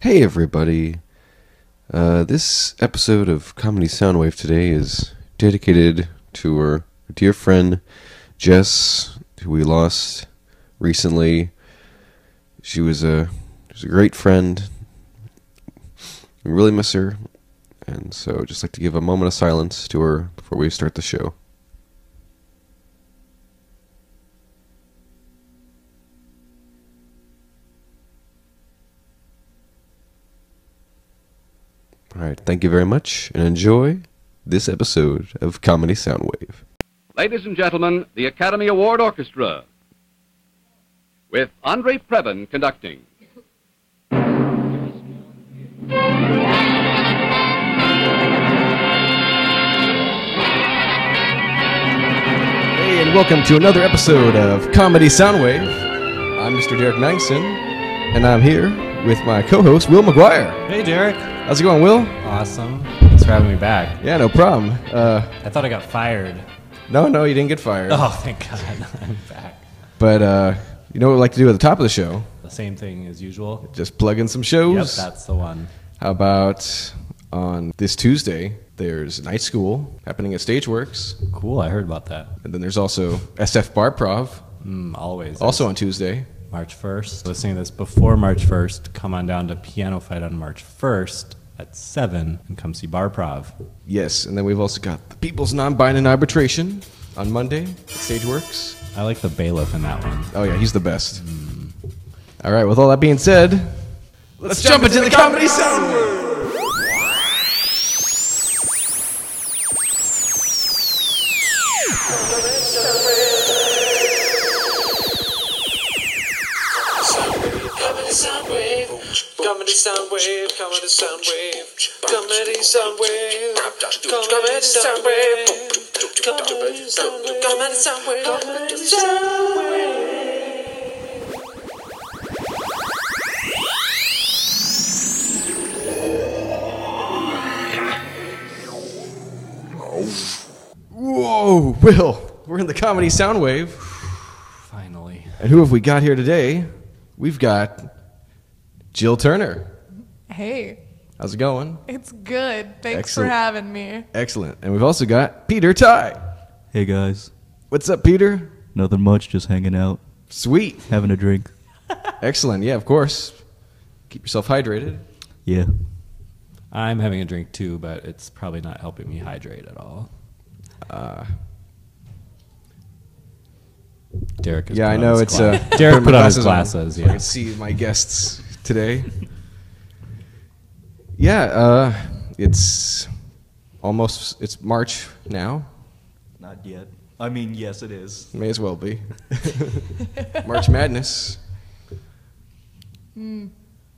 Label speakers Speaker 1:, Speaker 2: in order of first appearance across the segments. Speaker 1: Hey, everybody. Uh, this episode of Comedy Soundwave today is dedicated to our dear friend Jess, who we lost recently. She was a, she was a great friend. We really miss her. And so I'd just like to give a moment of silence to her before we start the show. All right, thank you very much and enjoy this episode of Comedy Soundwave.
Speaker 2: Ladies and gentlemen, the Academy Award Orchestra with Andre Previn conducting.
Speaker 1: Hey, and welcome to another episode of Comedy Soundwave. I'm Mr. Derek Magnuson, and I'm here with my co-host Will McGuire.
Speaker 3: Hey, Derek.
Speaker 1: How's it going, Will?
Speaker 3: Awesome. Thanks for having me back.
Speaker 1: Yeah, no problem. Uh,
Speaker 3: I thought I got fired.
Speaker 1: no, no, you didn't get fired.
Speaker 3: Oh, thank God. I'm back.
Speaker 1: But uh, you know what we like to do at the top of the show?
Speaker 3: The same thing as usual.
Speaker 1: Just plug in some
Speaker 3: Yep,
Speaker 1: shows.
Speaker 3: that's the one.
Speaker 1: How about on this Tuesday? There's Night School happening at Stageworks,
Speaker 3: Cool. I heard about that.
Speaker 1: and then there's also SF Bar Prov,
Speaker 3: Mm, always.
Speaker 1: also on Tuesday.
Speaker 3: March 1st. Listening to this before March 1st, come on down to Piano Fight on March 1st at 7 and come see Bar Prov.
Speaker 1: Yes, and then we've also got the People's Non-Binding Arbitration on Monday at Stageworks.
Speaker 3: I like the bailiff in that one.
Speaker 1: Oh yeah, he's the best. All right. With all that being said, let's, jump into the comedy sound.
Speaker 4: Comedy Soundwave, Comedy Soundwave, Comedy Soundwave, Comedy Soundwave, Comedy Soundwave, Comedy Soundwave, Comedy Soundwave, Comedy Soundwave.
Speaker 1: Whoa, Will, we're in the comedy sound wave,
Speaker 3: Finally.
Speaker 1: and who have we got here today? We've got Jill Turner.
Speaker 5: Hey,
Speaker 1: How's it going?
Speaker 5: it's good. Thanks
Speaker 1: Excellent.
Speaker 5: for having me.
Speaker 1: Excellent. And we've also got Peter Ty.
Speaker 6: Hey guys,
Speaker 1: What's up, Peter?
Speaker 6: nothing much, just hanging out,
Speaker 1: Sweet.
Speaker 6: having a drink.
Speaker 1: Excellent. Yeah, of course. Keep yourself hydrated.
Speaker 6: Yeah,
Speaker 3: I'm having a drink too, but it's probably not helping me hydrate at all. Uh, Derek is
Speaker 1: Yeah,
Speaker 3: put
Speaker 1: I
Speaker 3: on
Speaker 1: know
Speaker 3: his
Speaker 1: it's
Speaker 3: gla-
Speaker 1: uh,
Speaker 3: Derek put on his
Speaker 1: my
Speaker 3: glasses.
Speaker 1: so I
Speaker 3: Yeah.
Speaker 1: can see my guests today. yeah, uh, it's almost it's March now.
Speaker 6: not yet. I mean, yes, it is.
Speaker 1: May as well be March Madness.
Speaker 5: Hmm.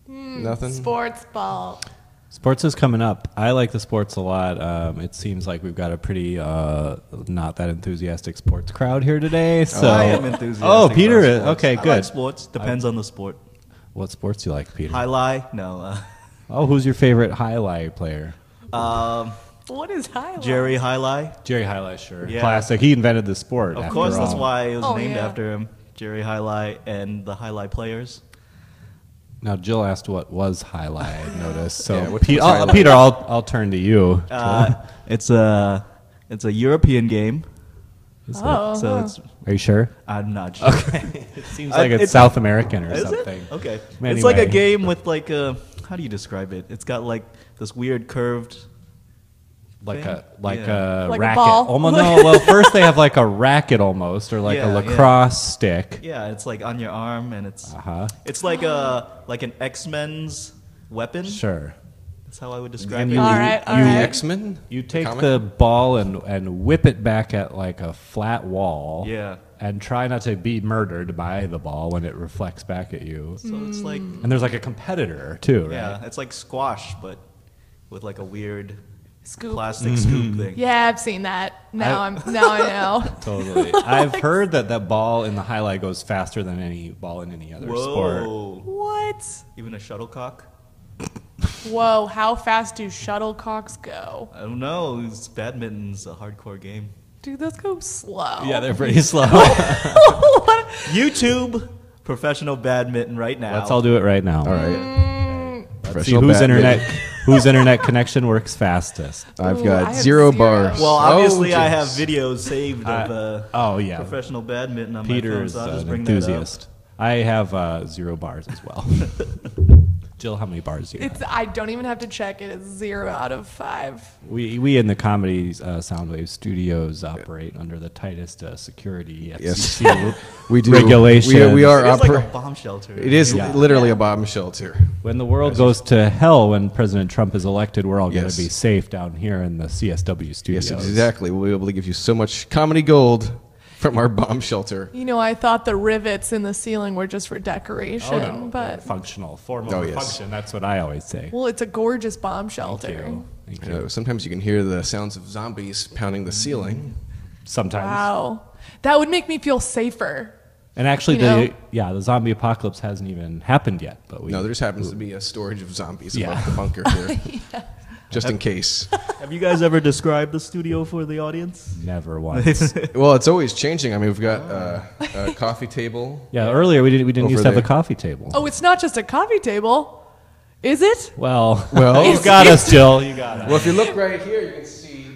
Speaker 1: Nothing.
Speaker 5: Sports ball.
Speaker 3: Sports is coming up. I like the sports a lot. Um, it seems like we've got a pretty uh, not that enthusiastic sports crowd here today. So
Speaker 6: I am enthusiastic.
Speaker 3: Oh, Peter.
Speaker 6: about
Speaker 3: is-
Speaker 6: sports.
Speaker 3: Okay,
Speaker 6: I
Speaker 3: good.
Speaker 6: like sports depends on the sport.
Speaker 3: what sports do you like, Peter?
Speaker 6: I lie. No,
Speaker 3: oh, who's your favorite highlight player?
Speaker 6: uh, um,
Speaker 5: What is highlight?
Speaker 6: Jerry High Lie.
Speaker 3: Jerry Highlight, sure.
Speaker 6: Yeah.
Speaker 3: Classic. He invented the sport.
Speaker 6: Of
Speaker 3: after
Speaker 6: course, that's
Speaker 3: all.
Speaker 6: why it was
Speaker 5: Oh,
Speaker 6: named
Speaker 5: yeah.
Speaker 6: after him. Jerry High Lie and the High Lie players.
Speaker 3: Now Jill asked what was highlight notice. So
Speaker 1: Yeah, what
Speaker 3: Pe-
Speaker 1: was
Speaker 3: I'll-
Speaker 1: highlight?
Speaker 3: Peter, I'll I'll turn to you.
Speaker 6: Uh, it's a it's a European game,
Speaker 5: Oh,
Speaker 6: so
Speaker 5: huh.
Speaker 6: it's
Speaker 3: Are you sure?
Speaker 6: I'm not sure.
Speaker 3: Okay. it seems
Speaker 6: I-
Speaker 3: like
Speaker 5: Uh,
Speaker 3: it's,
Speaker 6: it's-
Speaker 3: South American or
Speaker 6: Is it?
Speaker 3: something.
Speaker 6: Okay.
Speaker 3: Anyway.
Speaker 6: It's like a game with like a how do you describe it? It's got like this weird curved.
Speaker 3: Like
Speaker 6: thing?
Speaker 3: a like
Speaker 6: Yeah.
Speaker 3: a
Speaker 5: Like a
Speaker 3: racket.
Speaker 5: ball.
Speaker 3: Almost no. Well, first they have like a racket almost, or like
Speaker 6: Yeah,
Speaker 3: a
Speaker 6: yeah.
Speaker 3: lacrosse stick.
Speaker 6: Yeah, it's like on your arm, and it's
Speaker 3: Uh huh.
Speaker 6: it's like a like an X Men's weapon.
Speaker 3: Sure.
Speaker 6: That's how I would describe
Speaker 3: And
Speaker 6: it.
Speaker 3: you-
Speaker 5: all right, all
Speaker 3: you
Speaker 5: right.
Speaker 3: ex-
Speaker 1: X Men.
Speaker 3: You take the ball and and whip it back at like a flat wall.
Speaker 6: Yeah.
Speaker 3: And try not to be murdered by the ball when it reflects back at you.
Speaker 6: So it's like
Speaker 3: And there's like a competitor too, right?
Speaker 6: yeah, it's like squash, but with like a weird
Speaker 5: Scoop.
Speaker 6: plastic
Speaker 3: Mm-hmm.
Speaker 6: scoop thing.
Speaker 5: Yeah, I've seen that. Now
Speaker 3: I-
Speaker 5: I, am now I know.
Speaker 3: Totally. I've heard that that ball in the highlight goes faster than any ball in any other sport.
Speaker 6: Whoa!
Speaker 5: what?
Speaker 6: Even a shuttlecock?
Speaker 5: Whoa! How fast do shuttlecocks go?
Speaker 6: I don't know. It's, badminton's a hardcore game.
Speaker 5: Dude, those go slow.
Speaker 3: Yeah, they're pretty slow.
Speaker 6: YouTube professional badminton right now.
Speaker 3: Let's all do it right now.
Speaker 1: All right.
Speaker 3: See
Speaker 1: professional.
Speaker 3: whose
Speaker 1: badminton.
Speaker 3: internet whose internet connection works fastest.
Speaker 1: I've
Speaker 5: Ooh, I
Speaker 1: got
Speaker 5: have
Speaker 1: zero
Speaker 5: zero.
Speaker 1: bars.
Speaker 7: Well,
Speaker 1: Oh,
Speaker 7: obviously, I have
Speaker 1: Jesus.
Speaker 7: videos saved of uh,
Speaker 3: Oh yeah,
Speaker 7: professional badminton on my
Speaker 3: Peter
Speaker 7: phone,
Speaker 3: is
Speaker 7: so I'll
Speaker 3: uh,
Speaker 7: just
Speaker 3: an
Speaker 7: bring
Speaker 3: enthusiast. I have uh, zero bars as well. Jill, how many bars do you have?
Speaker 5: It's I don't even have to check it. It's zero out of five.
Speaker 3: We, we in the comedy uh, Soundwave studios operate under the tightest uh, security
Speaker 1: Yes.
Speaker 3: FCC
Speaker 1: we do.
Speaker 3: regulations.
Speaker 1: We, we are
Speaker 7: that up. It's like a
Speaker 1: opera-
Speaker 7: bomb shelter.
Speaker 1: It is
Speaker 3: Yeah.
Speaker 1: literally a bomb shelter.
Speaker 3: When the world goes to hell when President Trump is elected, we're all going
Speaker 1: Yes.
Speaker 3: to be safe down here in the CSW
Speaker 1: Yes,
Speaker 3: studios.
Speaker 1: exactly. We'll be able to give you so much comedy gold from our bomb shelter.
Speaker 5: You know, I thought the rivets in the ceiling were just for decoration,
Speaker 3: Oh, no.
Speaker 5: but
Speaker 3: Functional, formal
Speaker 1: Oh, yes.
Speaker 3: function. That's what I always say.
Speaker 5: well, it's a gorgeous bomb shelter.
Speaker 3: Thank you. Thank you.
Speaker 1: Uh, sometimes you can hear the sounds of zombies pounding the ceiling.
Speaker 3: Sometimes.
Speaker 5: Wow, that would make me feel safer.
Speaker 3: And actually,
Speaker 5: You
Speaker 3: the
Speaker 5: know?
Speaker 3: yeah, the zombie apocalypse hasn't even happened yet. But we
Speaker 1: No, there just happens to be a storage of zombies
Speaker 3: Yeah.
Speaker 1: above the bunker here, just in case.
Speaker 7: Have you guys ever described the studio for the audience?
Speaker 3: never once.
Speaker 1: Well, it's always changing. I mean, we've got uh, a coffee table.
Speaker 3: yeah, earlier we didn't we didn't
Speaker 1: Over
Speaker 3: used to have
Speaker 1: there.
Speaker 3: a coffee table.
Speaker 5: Oh, it's not just a coffee table, is it?
Speaker 3: Well,
Speaker 1: Well-
Speaker 3: you got us, Jill. You got us.
Speaker 1: Well, if you look right here, you can see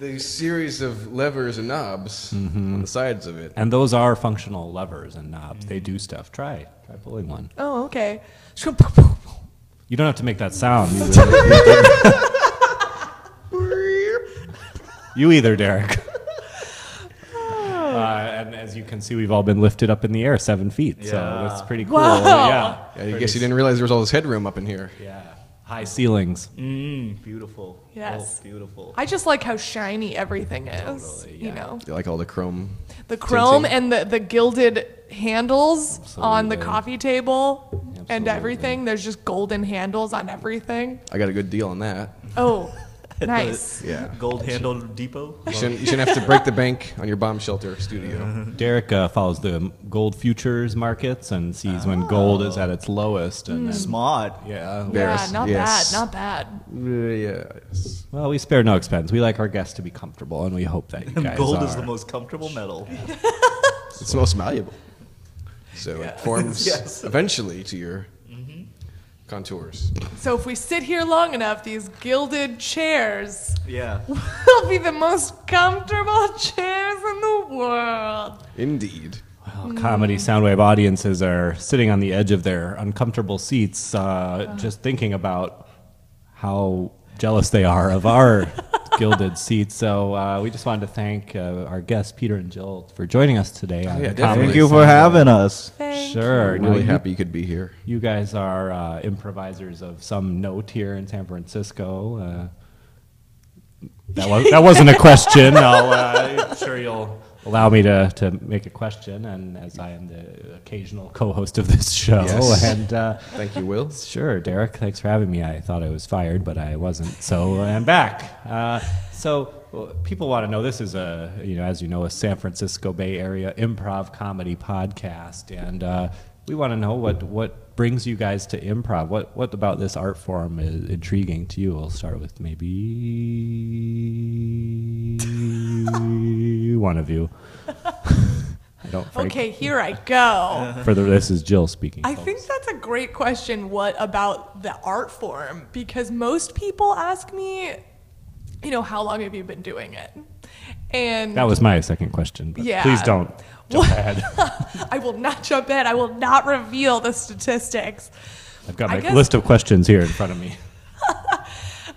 Speaker 1: the series of levers and knobs
Speaker 3: Mm-hmm.
Speaker 1: on the sides of it.
Speaker 3: And those are functional levers and knobs. They do stuff. Try try pulling one.
Speaker 5: Oh, okay.
Speaker 3: You don't have to make that sound. You either, you either Derek. Uh, and as you can see, we've all been lifted up in the air seven feet. So
Speaker 7: Yeah.
Speaker 3: that's pretty cool.
Speaker 5: Wow.
Speaker 3: Yeah.
Speaker 1: I guess you didn't realize there was all this headroom up in here.
Speaker 3: Yeah. High ceilings.
Speaker 7: Mm, beautiful.
Speaker 5: Yes.
Speaker 7: Oh, beautiful.
Speaker 5: I just like how shiny everything is. You know,
Speaker 1: You like all the chrome.
Speaker 5: the chrome
Speaker 1: Tinting.
Speaker 5: and the, the gilded handles on
Speaker 3: Absolutely.
Speaker 5: the coffee table and
Speaker 3: Absolutely.
Speaker 5: everything. There's just golden handles on everything.
Speaker 1: I got a good deal on that.
Speaker 5: Oh, nice.
Speaker 1: Yeah.
Speaker 7: Gold handled depot.
Speaker 1: You shouldn't, you shouldn't have to break the bank on your bomb shelter studio.
Speaker 3: Derek uh, follows the gold futures markets and sees when gold is at its lowest. And then,
Speaker 6: Mm.
Speaker 7: Smart.
Speaker 3: yeah.
Speaker 5: Yeah,
Speaker 1: Yes,
Speaker 5: not
Speaker 1: yes.
Speaker 5: bad, not bad.
Speaker 1: Yes.
Speaker 3: Well, we spare no expense. We like our guests to be comfortable, and we hope that you guys
Speaker 7: Gold
Speaker 3: are.
Speaker 7: is the most comfortable metal.
Speaker 1: It's the most malleable. So it forms
Speaker 7: Yes.
Speaker 1: eventually to your
Speaker 5: Mm-hmm.
Speaker 1: contours.
Speaker 5: So if we sit here long enough, these gilded chairs
Speaker 7: Yeah.
Speaker 5: will be the most comfortable chairs in the world.
Speaker 1: Indeed.
Speaker 3: Well, comedy soundwave audiences are sitting on the edge of their uncomfortable seats, uh, just thinking about how jealous they are of our gilded seats. So uh, we just wanted to thank uh, our guests, Peter and Jill, for joining us today. on
Speaker 1: Oh, yeah,
Speaker 3: the
Speaker 1: definitely.
Speaker 3: Comedy
Speaker 1: Thank you
Speaker 3: Soundwave.
Speaker 7: us.
Speaker 5: Thank
Speaker 3: Sure.
Speaker 1: I'm
Speaker 3: Now,
Speaker 1: really
Speaker 3: you-
Speaker 1: happy you could be here.
Speaker 3: You guys are uh, improvisers of some note here in San Francisco. Uh, that, was, that wasn't a question. I'll, uh, I'm sure you'll allow me to, to make a question, and as I am the occasional co-host of this show,
Speaker 1: Yes.
Speaker 3: and uh,
Speaker 1: Thank you, Will.
Speaker 3: sure, Derek, thanks for having me. I thought I was fired, but I wasn't, so I'm back. Uh, so well, people want to know this is a you know as you know a San Francisco Bay Area improv comedy podcast, and uh, we want to know what what brings you guys to improv. What what about this art form is intriguing to you? We'll start with maybe one of you. I don't. Frank,
Speaker 5: Okay, here I go.
Speaker 3: Further, this is Jill speaking.
Speaker 5: I
Speaker 3: folks.
Speaker 5: think that's a great question. What about the art form? Because most people ask me, you know, how long have you been doing it? And
Speaker 3: that was my second question. But
Speaker 5: Yeah.
Speaker 3: Please don't. Jump ahead.
Speaker 5: I will not jump in. I will not reveal the statistics.
Speaker 3: I've got
Speaker 5: I
Speaker 3: my
Speaker 5: guess-
Speaker 3: list of questions here in front of me.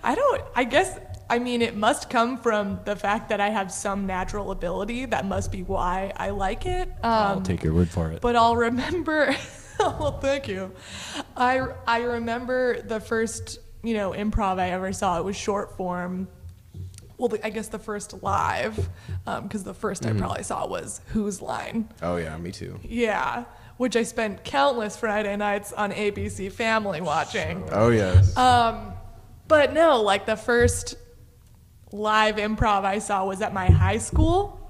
Speaker 5: I don't, I guess, I mean, it must come from the fact that I have some natural ability. That must be why I like it.
Speaker 3: I'll
Speaker 5: Um,
Speaker 3: take your word for it.
Speaker 5: but I'll remember. well, thank you. I I remember the first you know improv I ever saw. It was short form. Well, the, I guess the first live, because the first I probably saw was Who's Line.
Speaker 1: Oh, yeah, me too.
Speaker 5: Yeah, which I spent countless Friday nights on ABC Family watching.
Speaker 1: Oh, yes.
Speaker 5: Uh, But no, like the first live improv I saw was at my high school.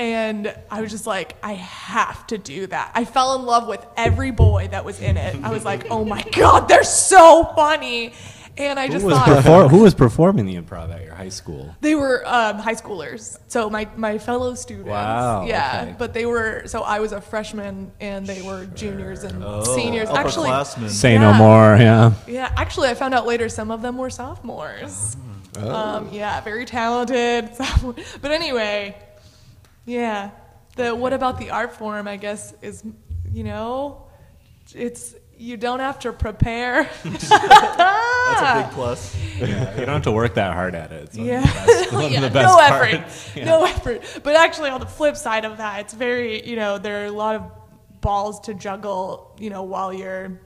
Speaker 5: And I was just like, I have to do that. I fell in love with every boy that was in it. I was like, oh my God, they're so funny. And I just
Speaker 3: who was,
Speaker 5: thought
Speaker 3: perfor- who was performing the improv at your high school?
Speaker 5: They were um, high schoolers, so my, my fellow students.
Speaker 3: Wow,
Speaker 5: Yeah,
Speaker 3: okay.
Speaker 5: but they were so I was a freshman and they were juniors and
Speaker 3: Oh.
Speaker 5: seniors. Actually,
Speaker 6: Upperclassmen.
Speaker 3: Say no
Speaker 5: Yeah.
Speaker 3: more. Yeah.
Speaker 5: yeah, actually, I found out later some of them were sophomores. Um, yeah, very talented. sophomore- But anyway, yeah. The what about the art form? I guess is you know, it's you don't have to prepare.
Speaker 6: That's a big plus.
Speaker 3: You don't have to work that hard at it. It's one of the
Speaker 5: Yeah.
Speaker 3: best- one of
Speaker 5: Yeah,
Speaker 3: the best
Speaker 5: no
Speaker 3: parts.
Speaker 5: effort. No effort. But actually, on the flip side of that, it's very, you know, there are a lot of balls to juggle, you know, while you're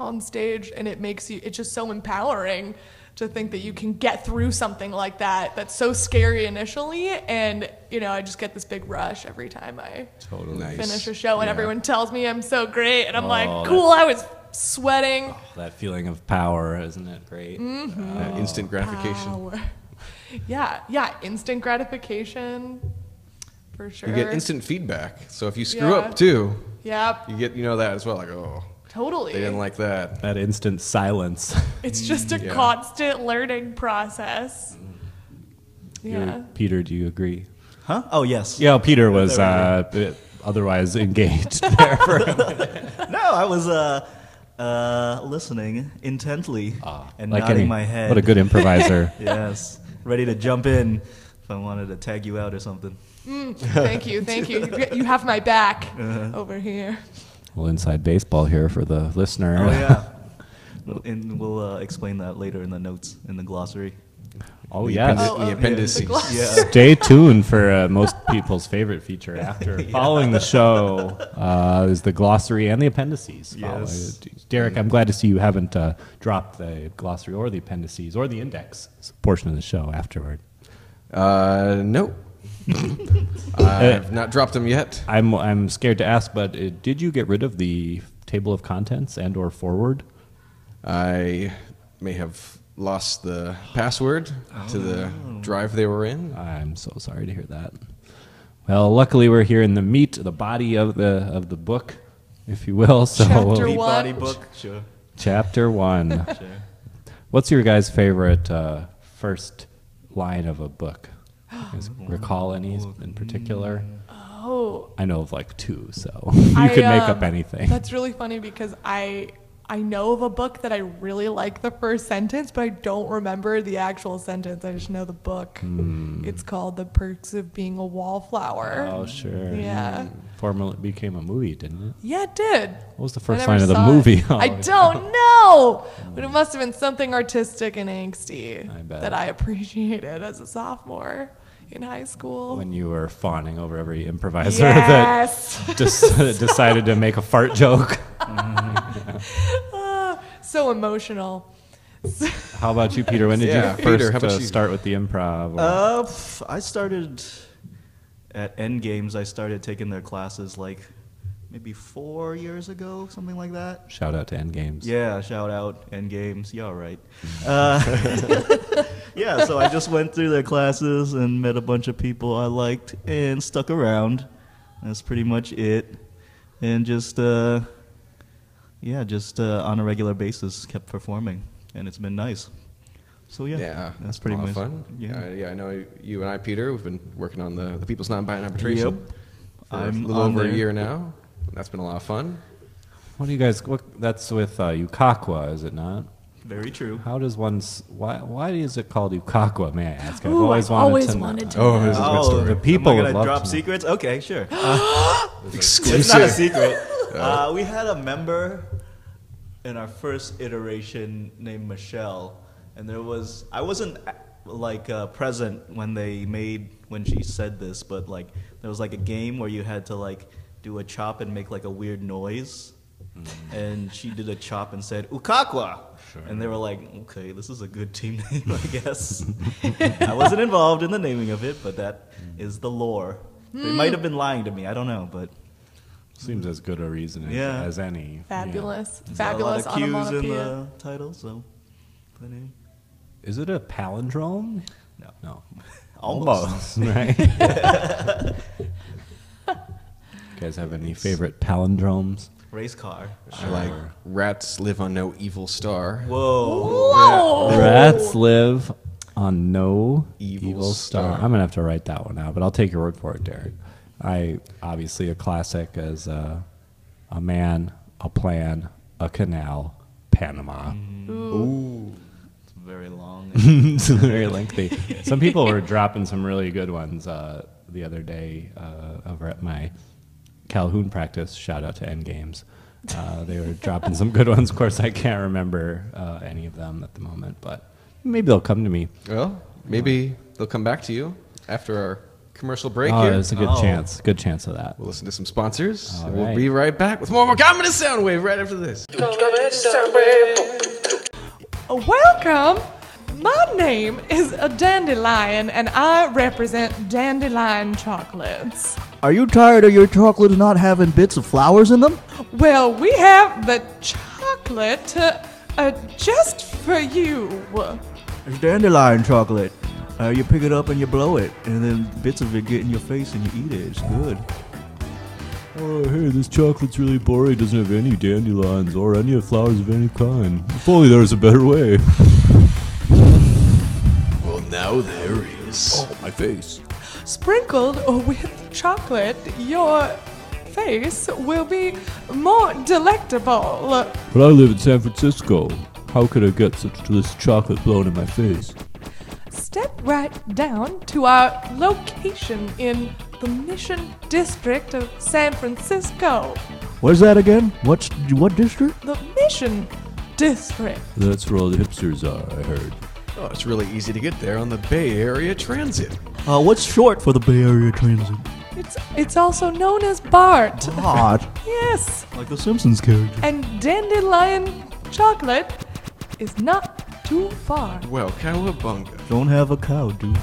Speaker 5: on stage. And it makes you, it's just so empowering to think that you can get through something like that that's so scary initially. And, you know, I just get this big rush every time I
Speaker 1: Totally nice.
Speaker 5: finish a show and
Speaker 1: Yeah.
Speaker 5: everyone tells me I'm so great. And I'm
Speaker 3: Oh,
Speaker 5: like, cool, I was sweating.
Speaker 3: That feeling of power, isn't it great?
Speaker 5: Mm.
Speaker 1: Uh, instant gratification.
Speaker 5: Power. Yeah, yeah, instant gratification for sure.
Speaker 1: You get instant feedback. So if you screw
Speaker 5: Yeah.
Speaker 1: up too,
Speaker 5: Yep,
Speaker 1: you get you know that as well. Like oh,
Speaker 5: totally.
Speaker 1: they didn't like that.
Speaker 3: That instant silence.
Speaker 5: it's just a
Speaker 1: yeah. Mm.
Speaker 5: constant learning process.
Speaker 3: You-
Speaker 5: Yeah.
Speaker 3: Peter, do you agree?
Speaker 6: Huh? Oh yes.
Speaker 3: Yeah, Peter was uh, b- otherwise engaged.
Speaker 6: No, I was uh, uh, listening intently and
Speaker 3: Ah, like
Speaker 6: nodding
Speaker 3: any-
Speaker 6: my head.
Speaker 3: What a good improviser.
Speaker 6: yes, ready to jump in if I wanted to tag you out or something.
Speaker 5: Thank you, thank you. You- You have my back
Speaker 1: Uh-huh.
Speaker 5: over here.
Speaker 3: well, inside baseball here for the listener.
Speaker 6: Oh yeah. and we'll uh, explain that later in the notes in the glossary.
Speaker 3: Oh,
Speaker 1: The
Speaker 3: yes.
Speaker 1: appendi-
Speaker 5: Oh,
Speaker 1: the
Speaker 5: oh,
Speaker 1: appendices.
Speaker 5: the glass.
Speaker 6: Yeah.
Speaker 3: Stay tuned for uh, most people's favorite feature after following the show uh, is the glossary and the appendices. Follow-
Speaker 6: Yes.
Speaker 3: Derek, I'm glad to see you haven't uh, dropped the glossary or the appendices or the index portion of the show afterward.
Speaker 1: Uh, no. I've not dropped them yet.
Speaker 3: I'm I'm scared to ask, but uh, did you get rid of the table of contents and or forward?
Speaker 1: I may have lost the password to the
Speaker 6: Oh.
Speaker 1: drive they were in.
Speaker 3: I'm so sorry to hear that. Well, luckily we're here in the meat, the body of the of the book, if you will. So
Speaker 5: Chapter
Speaker 6: Beat body
Speaker 5: What?
Speaker 6: book. Sure.
Speaker 3: Chapter one.
Speaker 6: Sure.
Speaker 3: What's your guys' favorite uh, first line of a book? Is- recall any in particular?
Speaker 5: Oh,
Speaker 3: I know of like two, so you
Speaker 5: I,
Speaker 3: could make
Speaker 5: um,
Speaker 3: up anything.
Speaker 5: That's really funny because I I know of a book that I really like the first sentence, but I don't remember the actual sentence. I just know the book.
Speaker 1: Hmm.
Speaker 5: It's called The Perks of Being a Wallflower.
Speaker 3: Oh sure.
Speaker 5: Yeah.
Speaker 3: Formerly became a movie, didn't it?
Speaker 5: Yeah, it did.
Speaker 3: What was the
Speaker 5: I
Speaker 3: first
Speaker 5: never
Speaker 3: line of the
Speaker 5: saw it.
Speaker 3: movie?
Speaker 5: I
Speaker 3: Oh,
Speaker 5: don't know, but it must have been something artistic and angsty
Speaker 3: I bet.
Speaker 5: that I appreciated as a sophomore in high school.
Speaker 3: When you were fawning over every improviser
Speaker 5: yes.
Speaker 3: that des- decided to make a fart joke.
Speaker 5: Ah, so emotional.
Speaker 3: How about you, Peter? When did
Speaker 1: Yeah,
Speaker 3: you
Speaker 1: Peter,
Speaker 3: first
Speaker 1: how about
Speaker 3: uh,
Speaker 1: you?
Speaker 3: start with the improv? or-
Speaker 6: Uh, pff, I started at End Games. I started taking their classes like maybe four years ago, something like that.
Speaker 3: Shout out to Endgames.
Speaker 6: Yeah, shout out End Games. Yeah, all right. Uh, yeah, so I just went through their classes and met a bunch of people I liked and stuck around. That's pretty much it. And just uh, yeah, just uh, on a regular basis kept performing, and it's been nice. So yeah,
Speaker 1: Yeah,
Speaker 6: that's pretty
Speaker 1: a lot
Speaker 6: much
Speaker 1: of fun.
Speaker 6: Yeah.
Speaker 1: Uh, yeah, I know you and I, Peter. We've been working on the, the People's Non-Binding Arbitration
Speaker 6: Yep.
Speaker 1: for
Speaker 6: I'm
Speaker 1: a little
Speaker 6: on
Speaker 1: over
Speaker 6: there.
Speaker 1: a year now. That's been a lot of fun.
Speaker 3: What do you guys? What, that's with uh, Ukakwa, is it not?
Speaker 6: Very true.
Speaker 3: How does one's why? Why is it called Ukakwa? May I ask? I've
Speaker 5: Ooh,
Speaker 3: always
Speaker 5: I've
Speaker 3: wanted
Speaker 5: always
Speaker 3: to.
Speaker 5: wanted to
Speaker 3: know.
Speaker 1: Oh, this is a good
Speaker 6: Oh,
Speaker 1: story.
Speaker 3: the people
Speaker 6: am I
Speaker 3: would
Speaker 6: gonna
Speaker 3: love
Speaker 6: drop
Speaker 3: to know.
Speaker 6: secrets? Okay, sure. Uh, It's not a
Speaker 1: Exclusive.
Speaker 6: secret. Uh, we had a member in our first iteration named Michelle, and there was I wasn't uh, like uh, present when they made when she said this, but like there was like a game where you had to like do a chop and make like a weird noise, and she did a chop and said "Ukakwa," and they were like, "Okay, this is a good team name, I guess." I wasn't involved in the naming of it, but that is the lore. They might have been lying to me. I don't know, but.
Speaker 3: Seems as good a reason as,
Speaker 6: Yeah.
Speaker 3: as any.
Speaker 5: Fabulous.
Speaker 6: Got
Speaker 5: Fabulous
Speaker 6: a lot of cues in
Speaker 5: onomatopoeia.
Speaker 6: the title, so. the name-
Speaker 3: Yeah. Is it a palindrome?
Speaker 6: No.
Speaker 3: No.
Speaker 6: Almost.
Speaker 3: right. you guys have any favorite palindromes?
Speaker 7: race car.
Speaker 1: Like rats live on no evil star.
Speaker 7: Whoa.
Speaker 5: Whoa!
Speaker 3: Rats live on no evil,
Speaker 1: Evil
Speaker 3: star.
Speaker 1: star.
Speaker 3: I'm gonna have to write that one out, but I'll take your word for it, Derek. I obviously a classic as uh, a man, a plan, a canal, Panama.
Speaker 7: It's very long.
Speaker 3: it's very lengthy. Some people were dropping some really good ones uh, the other day uh, over at my Calhoun practice. Shout out to End Games. Uh, they were dropping some good ones. Of course, I can't remember uh, any of them at the moment, but maybe they'll come to me.
Speaker 1: Well, maybe they'll come back to you after our commercial break
Speaker 3: Oh,
Speaker 1: here.
Speaker 3: there's a good
Speaker 7: Oh.
Speaker 3: chance. Good chance of that.
Speaker 1: We'll listen to some sponsors.
Speaker 3: All
Speaker 1: and We'll
Speaker 3: right.
Speaker 1: be right back with more Comedy Soundwave right after this.
Speaker 4: Comedy Soundwave.
Speaker 5: Welcome. My name is a dandelion, and I represent dandelion chocolates.
Speaker 6: Are you tired of your chocolates not having bits of flowers in them?
Speaker 5: Well, we have the chocolate uh, uh, just for you.
Speaker 6: It's dandelion chocolate. Uh, you pick it up and you blow it, and then bits of it get in your face and you eat it. It's good.
Speaker 8: Oh, hey, this chocolate's really boring. It doesn't have any dandelions or any flowers of any kind. If only there was a better way.
Speaker 1: Well, now there is.
Speaker 8: Oh, My face.
Speaker 5: Sprinkled with chocolate, your face will be more delectable.
Speaker 8: But I live in San Francisco. How could I get such delicious chocolate blown in my face?
Speaker 5: Step right down to our location in the Mission District of San Francisco.
Speaker 6: What's that again? What's what district?
Speaker 5: The Mission District.
Speaker 8: That's where all the hipsters are, I heard.
Speaker 1: Oh, it's really easy to get there on the Bay Area Transit.
Speaker 6: Uh, what's short for the Bay Area Transit?
Speaker 5: It's it's also known as Bart.
Speaker 6: Hot,
Speaker 5: Yes,
Speaker 6: like the Simpsons character.
Speaker 5: and dandelion chocolate is not too far.
Speaker 1: Well, cowabunga.
Speaker 6: Don't have a cow, dude.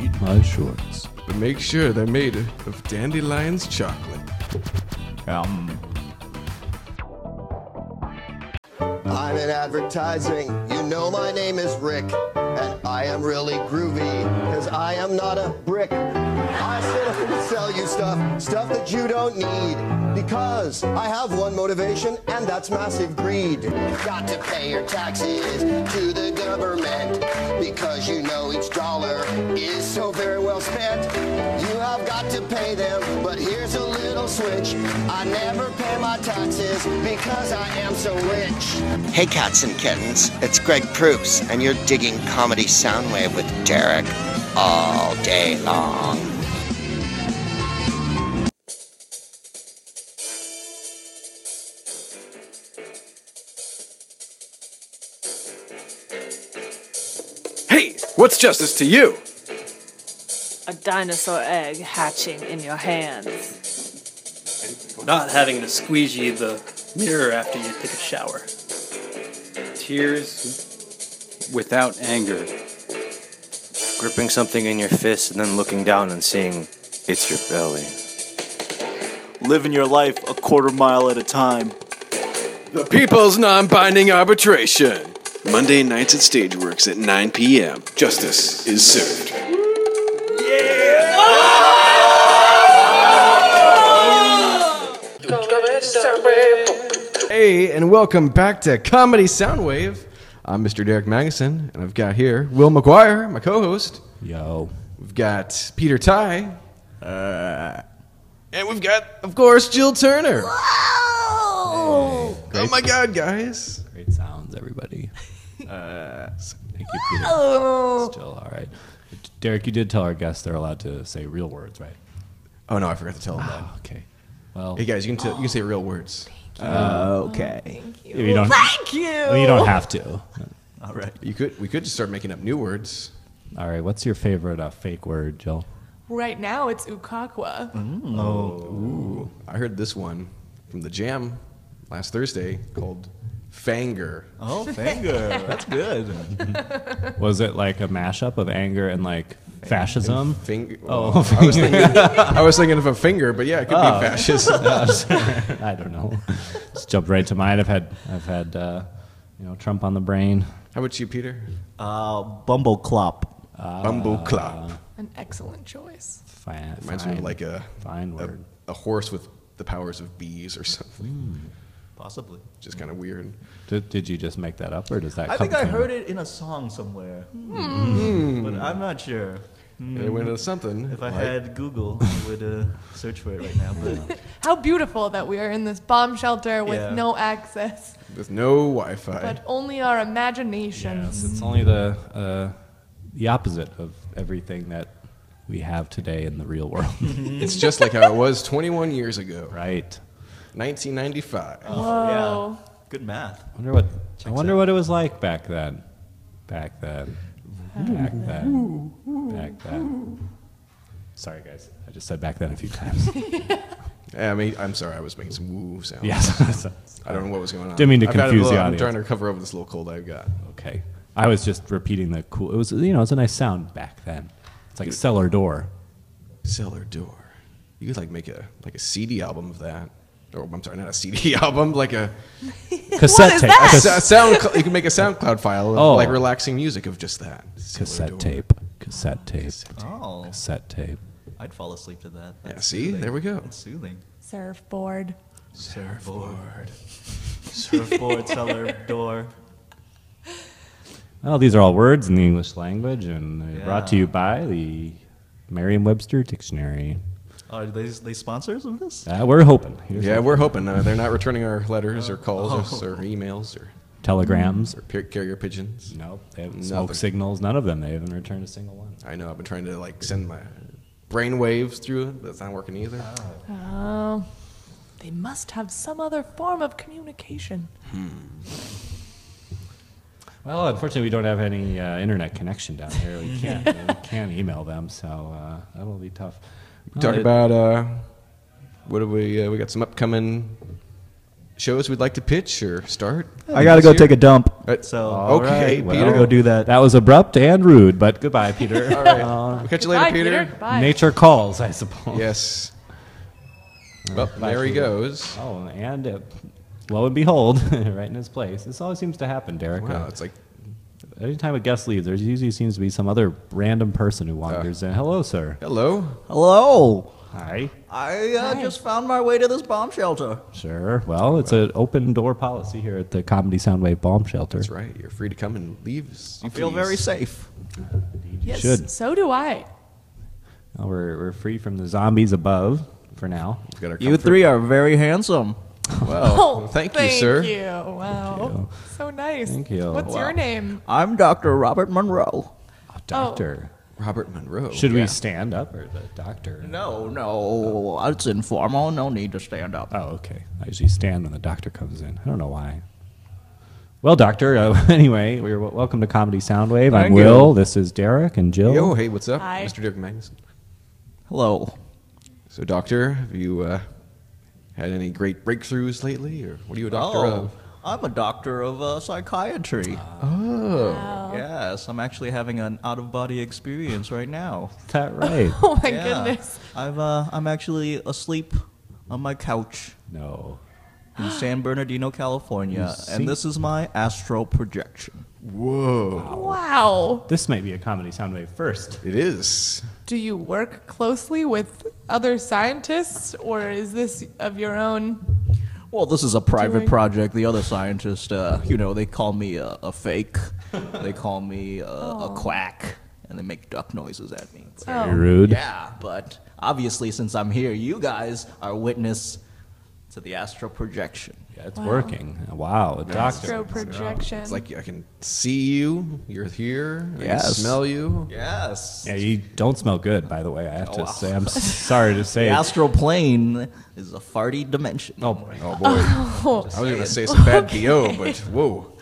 Speaker 8: Eat my shorts.
Speaker 1: But make sure they're made of Dandelion's chocolate.
Speaker 7: Um,
Speaker 9: I'm in advertising. You know my name is Rick, and I am really groovy, because I am not a brick. I sit up and sell you stuff, stuff that you don't need, because I have one motivation, and that's massive greed. Got to pay your taxes to the government, because you know each dollar is so very well spent. You have got to pay them, but here's a little switch. I never pay my taxes because I am so rich. Hey, cats and kittens, it's Greg Proops, and you're digging Comedy Soundwave with Derek all day long.
Speaker 10: Hey, what's justice to you?
Speaker 11: A dinosaur egg hatching in your hands.
Speaker 10: Not having to squeegee the mirror after you take a shower. Tears without anger.
Speaker 12: Gripping something in your fist and then looking down and seeing it's your belly.
Speaker 7: living your life a quarter mile at a time.
Speaker 10: The People's Non Binding Arbitration. Monday nights at Stageworks at 9 p.m. Justice is served.
Speaker 4: Comedy Soundwave.
Speaker 1: Hey, and welcome back to Comedy Soundwave. I'm Mr. Derek Magnuson, and I've got here Will McGuire, my co-host.
Speaker 3: Yo.
Speaker 1: We've got Peter Ty. and we've got, of course, Jill Turner. oh my God, guys!
Speaker 3: Great sounds, everybody. Uh, Thank you, Peter. Still all right. Derek, you did tell our guests they're allowed to say real words, right?
Speaker 1: Oh no, I forgot to tell them that.
Speaker 3: Okay. Well,
Speaker 1: Hey guys, you can tell, you can say real words.
Speaker 6: Okay.
Speaker 3: you don't,
Speaker 5: Thank you.
Speaker 3: well, you don't have to.
Speaker 7: All right.
Speaker 1: You could we could just start making up new words.
Speaker 3: All right. What's your favorite uh, fake word, Jill?
Speaker 5: Right now it's ukakwa.
Speaker 1: I heard this one from the Jam last Thursday called "Fanger."
Speaker 7: Oh, finger. That's good.
Speaker 3: Was it like a mashup of anger and like fascism?
Speaker 1: Finger.
Speaker 3: Oh, Ah.
Speaker 1: I was, thinking, I was thinking of a finger, but yeah, it could be fascist.
Speaker 3: I don't know. Just jumped right to mine. I've had I've had uh, you know Trump on the brain.
Speaker 1: How about you, Peter?
Speaker 7: Uh, Bumble clop.
Speaker 1: Bumble
Speaker 3: Ah,
Speaker 1: clap.
Speaker 5: An excellent choice.
Speaker 3: Fine.
Speaker 1: Reminds me
Speaker 3: fine,
Speaker 1: of like a
Speaker 3: fine
Speaker 1: a,
Speaker 3: word.
Speaker 1: a horse with the powers of bees or something.
Speaker 13: Possibly.
Speaker 1: Just kind of weird.
Speaker 3: Did, did you just make that up, or does that?
Speaker 13: I
Speaker 3: come
Speaker 13: think I
Speaker 3: from-
Speaker 13: heard it in a song somewhere,
Speaker 3: Hmm.
Speaker 13: but I'm not sure.
Speaker 3: It went into something,
Speaker 13: If I
Speaker 3: like-
Speaker 13: had Google, I would uh, search for it right now. But
Speaker 5: How beautiful that we are in this bomb shelter with
Speaker 13: Yeah.
Speaker 5: no access,
Speaker 1: With no Wi-Fi.
Speaker 5: but only our imaginations.
Speaker 3: It's only the uh, the opposite of everything that we have today in the real world.
Speaker 1: it's just like how it was 21 years ago.
Speaker 3: Right.
Speaker 1: 1995.
Speaker 3: Oh.
Speaker 5: Whoa.
Speaker 13: Good math.
Speaker 3: I wonder what I wonder what it was like back then. Back then. Back then. Back then. Sorry, guys. I just said back then a few times.
Speaker 1: Yeah, I mean, I'm sorry, I was making some woo sounds.
Speaker 3: Yes.
Speaker 1: I don't know what was going on.
Speaker 3: Didn't mean to
Speaker 1: I've had a
Speaker 3: confuse the
Speaker 1: little-
Speaker 3: audience.
Speaker 1: I'm trying to cover over this little cold I've got.
Speaker 3: Okay. I was just repeating the cool. It was you know it's a nice sound back then. It's like cellar door.
Speaker 1: Cellar door. You could like make a like a CD album of that. Or I'm sorry, not a CD album, like a
Speaker 3: Cassette What is tape. that?
Speaker 1: A sa- sound. cl- you can make a SoundCloud file of
Speaker 3: Oh.
Speaker 1: like relaxing music of just that.
Speaker 3: Cassette tape. Cassette tape.
Speaker 13: Oh.
Speaker 3: Cassette tape.
Speaker 13: I'd fall asleep to that.
Speaker 1: Yeah, see? There we go.
Speaker 13: It's soothing.
Speaker 5: Surfboard.
Speaker 13: Surfboard. Surfboard, cellar, door.
Speaker 3: Well, these are all words in the English language, and they're brought to
Speaker 13: Yeah.
Speaker 3: you by the Merriam-Webster Dictionary.
Speaker 13: Are Oh, they, they sponsors of this?
Speaker 3: Uh, we're hoping. Here's
Speaker 1: yeah,
Speaker 3: the-
Speaker 1: we're hoping uh, they're not returning our letters or calls
Speaker 3: Oh.
Speaker 1: or, or emails or
Speaker 3: Telegrams.
Speaker 1: or pi- carrier pigeons.
Speaker 3: No, they haven't
Speaker 1: Nothing.
Speaker 3: smoke signals. None of them. They haven't returned a single one.
Speaker 1: I know. I've been trying to like send my brain waves through it. That's not working either.
Speaker 3: Ah.
Speaker 5: Oh. They must have some other form of communication.
Speaker 3: Well, unfortunately, we don't have any uh, internet connection down here. We can't we can't email them, so uh, that'll be tough.
Speaker 1: We talk
Speaker 3: Well, it-
Speaker 1: about uh, what do we? Uh, we got some upcoming shows we'd like to pitch or start.
Speaker 6: I gotta go
Speaker 1: This year?
Speaker 6: take a dump.
Speaker 1: Uh,
Speaker 13: So
Speaker 1: All okay,
Speaker 3: right, well-
Speaker 1: Peter.
Speaker 6: Go do that.
Speaker 3: That was abrupt and rude, but goodbye, Peter.
Speaker 1: All right.
Speaker 3: Uh,
Speaker 1: We'll catch you later,
Speaker 5: Bye,
Speaker 1: Peter.
Speaker 5: Peter. Bye.
Speaker 3: Nature calls, I suppose.
Speaker 1: Yes. Well,
Speaker 3: Oh. Bye,
Speaker 1: there he
Speaker 3: Peter.
Speaker 1: goes.
Speaker 3: Oh, and uh, lo and behold, right in his place. This always seems to happen, Derek.
Speaker 1: Wow,
Speaker 3: Uh,
Speaker 1: it's like
Speaker 3: Anytime a guest leaves, there usually seems to be some other random person who wanders in. Hello, sir.
Speaker 1: hello.
Speaker 6: Hello.
Speaker 3: Hi.
Speaker 6: I uh, just found my way to this bomb shelter.
Speaker 3: Sure. Well, it's an open door policy here at the Comedy Soundwave Bomb Shelter.
Speaker 1: That's right. You're free to come and leave. as you
Speaker 6: I feel very
Speaker 1: please.
Speaker 6: safe.
Speaker 5: Yes,
Speaker 3: should.
Speaker 5: so do I.
Speaker 3: Well, we're, we're free from the zombies above for now.
Speaker 1: We've got our
Speaker 6: You
Speaker 1: comfort.
Speaker 6: three are very handsome.
Speaker 1: Oh, Well, thank you, sir.
Speaker 5: Oh, Thank you. Wow. So nice.
Speaker 3: Thank you.
Speaker 5: What's your name?
Speaker 6: I'm Dr. Robert Monroe.
Speaker 3: Oh, doctor.
Speaker 1: Robert Monroe.
Speaker 3: Should we stand up or the doctor?
Speaker 6: No, no, it's informal. No need to stand up.
Speaker 3: Oh, okay. I usually stand when the doctor comes in. I don't know why. Well, doctor. Uh, anyway, we're w- welcome to Comedy Soundwave. I'm
Speaker 6: Thank you.
Speaker 3: Will. This is Derek and Jill.
Speaker 1: Yo, hey, what's up,
Speaker 5: Hi.
Speaker 1: Mr. Derek Magnuson?
Speaker 6: Hello.
Speaker 1: So, doctor, have you uh, had any great breakthroughs lately, or what are you a doctor
Speaker 6: oh,
Speaker 1: of?
Speaker 6: I'm a doctor of uh, psychiatry.
Speaker 5: Wow.
Speaker 6: Yes, I'm actually having an out-of-body experience right now.
Speaker 3: Is that right?
Speaker 5: Oh my
Speaker 6: Yeah.
Speaker 5: goodness.
Speaker 6: I'm uh, I'm actually asleep on my couch
Speaker 3: no.
Speaker 6: in San Bernardino, California,
Speaker 3: You see-
Speaker 6: and this is my astral projection.
Speaker 1: Whoa,
Speaker 5: Wow.
Speaker 3: This might be a Comedy Soundwave first.
Speaker 1: it is.
Speaker 5: Do you work closely with other scientists or is this of your own?
Speaker 6: Well, this is a private
Speaker 5: Doing-
Speaker 6: project. The other scientists, uh, you know, they call me a, a fake. they call me a, a quack, and they make duck noises at me.
Speaker 5: Oh.
Speaker 3: Rude.
Speaker 6: Yeah, but obviously, since I'm here, you guys are witness to the astral projection.
Speaker 3: Yeah, it's working. Wow, a doctor.
Speaker 5: Astro projection.
Speaker 1: It's like I can see you. You're here. I can
Speaker 6: Yes.
Speaker 1: smell you.
Speaker 6: Yes.
Speaker 3: Yeah, you don't smell good, by the way. I have to
Speaker 6: Oh, wow.
Speaker 3: say, I'm s- sorry to
Speaker 6: The
Speaker 3: say.
Speaker 6: astral plane is a farty dimension.
Speaker 3: oh boy.
Speaker 1: Oh boy, I was gonna say some bad bo, but whoa.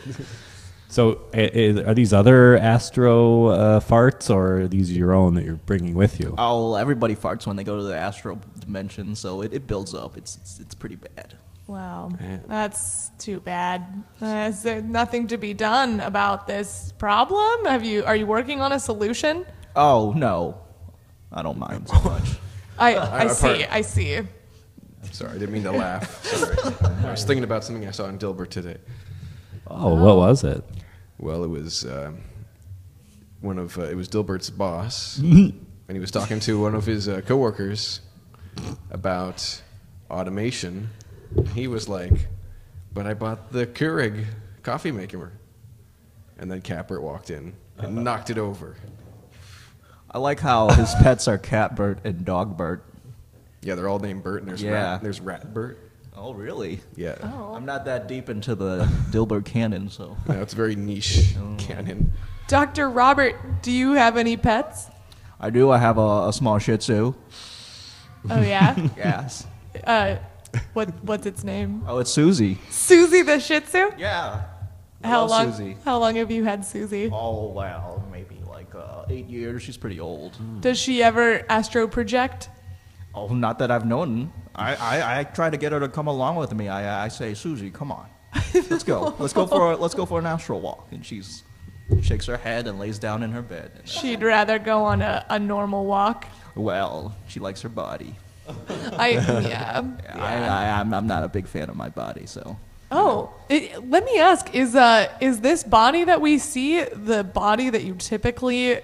Speaker 3: So, i- i- are these other astro uh, farts, or are these your own that you're bringing with you?
Speaker 6: Oh, everybody farts when they go to the astral dimension, so it, it builds up. It's, it's it's pretty bad.
Speaker 5: wow. That's too bad. Uh, is there nothing to be done about this problem? Have you are you working on a solution?
Speaker 6: Oh no, I don't mind so much.
Speaker 5: I I
Speaker 1: I-
Speaker 5: see. I see.
Speaker 1: I'm sorry, I didn't mean to laugh. Sorry, I was thinking about something I saw in Dilbert today.
Speaker 3: Oh, what was it?
Speaker 1: Well, it was um, one of uh, it was Dilbert's boss, and he was talking to one of his uh, coworkers about automation. He was like, "But I bought the Keurig coffee maker," and then Capert walked in and knocked it over.
Speaker 6: I like how his pets are Catbert and Dogbert.
Speaker 1: Yeah, they're all named Bert, and there's
Speaker 6: yeah.
Speaker 1: rat, there's Ratbert.
Speaker 6: Oh, really?
Speaker 1: Yeah.
Speaker 5: Oh.
Speaker 6: I'm not that deep into the Dilbert canon, so.
Speaker 1: No, it's very niche canon.
Speaker 5: Dr. Robert, do you have any pets?
Speaker 6: I do. I have a, a small Shih Tzu.
Speaker 5: Oh yeah.
Speaker 6: yes.
Speaker 5: Uh, what what's its name?
Speaker 6: Oh, it's Susie.
Speaker 5: Susie the Shih Tzu.
Speaker 6: Yeah. I
Speaker 5: How
Speaker 6: love
Speaker 5: long?
Speaker 6: Susie.
Speaker 5: How long have you had Susie?
Speaker 6: Oh wow, maybe like uh, eight years. She's pretty old.
Speaker 5: Does she ever astro project?
Speaker 6: Oh, not that I've known. I, I, I try to get her to come along with me. I, I say, Susie, come on, let's go. Let's go for a, let's go for an astral walk. And she's shakes her head and lays down in her bed. And,
Speaker 5: She'd rather go on a, a normal walk.
Speaker 6: well, she likes her body.
Speaker 5: I yeah.
Speaker 6: I, I, I'm, I'm not a big fan of my body, so.
Speaker 5: Oh, it, let me ask: Is uh is this body that we see the body that you typically,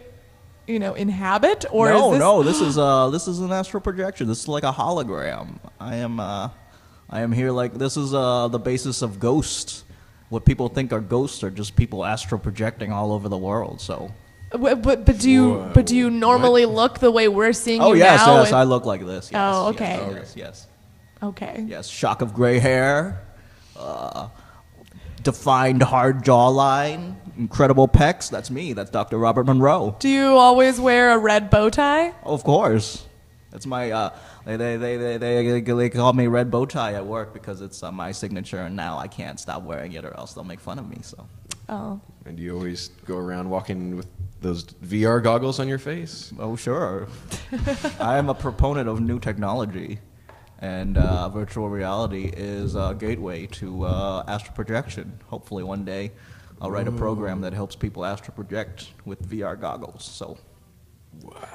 Speaker 5: you know, inhabit, or
Speaker 6: no,
Speaker 5: is this,
Speaker 6: no, this is uh, this is an astral projection. This is like a hologram. I am uh, I am here like this is uh, the basis of ghosts. What people think are ghosts are just people astral projecting all over the world. So.
Speaker 5: But, but, but do you but do you normally look the way we're seeing
Speaker 6: Oh
Speaker 5: you
Speaker 6: yes,
Speaker 5: now?
Speaker 6: yes,
Speaker 5: and-
Speaker 6: I look like this. Yes,
Speaker 5: Oh,
Speaker 6: yes,
Speaker 5: okay.
Speaker 6: Yes, yes, yes,
Speaker 5: okay.
Speaker 6: yes. Shock of gray hair, uh, defined hard jawline, incredible pecs. That's me. That's Dr. Robert Monroe.
Speaker 5: Do you always wear a red bow tie?
Speaker 6: Of course. That's my. Uh, they, they, they, they, they, they call me red bow tie at work because it's uh, my signature, and now I can't stop wearing it, or else they'll make fun of me. So
Speaker 5: Oh.
Speaker 1: And you always go around walking with those VR goggles on your face.
Speaker 6: Oh sure, I am a proponent of new technology, and uh, virtual reality is a gateway to uh, astral projection. Hopefully, one day, I'll write a program that helps people astral project with VR goggles. So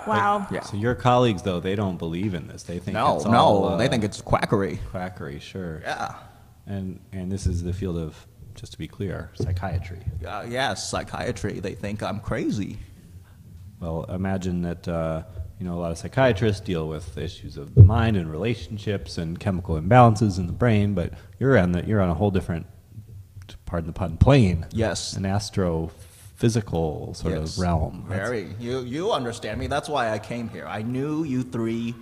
Speaker 5: Wow.
Speaker 6: Yeah.
Speaker 3: So your colleagues, though, they don't believe in this. They think
Speaker 6: No,
Speaker 3: it's
Speaker 6: no,
Speaker 3: all, uh,
Speaker 6: they think it's quackery.
Speaker 3: Quackery, sure.
Speaker 6: Yeah.
Speaker 3: And and this is the field of, just to be clear, psychiatry.
Speaker 6: uh, yeah, psychiatry. They think I'm crazy.
Speaker 3: Well, imagine that uh, you know a lot of psychiatrists deal with issues of the mind and relationships and chemical imbalances in the brain, but you're on the you're on a whole different, pardon the pun, plane.
Speaker 6: Yes,
Speaker 3: an astrophysical sort
Speaker 6: Yes.
Speaker 3: of realm. That's-
Speaker 6: Very. You you understand me. That's why I came here. I knew you three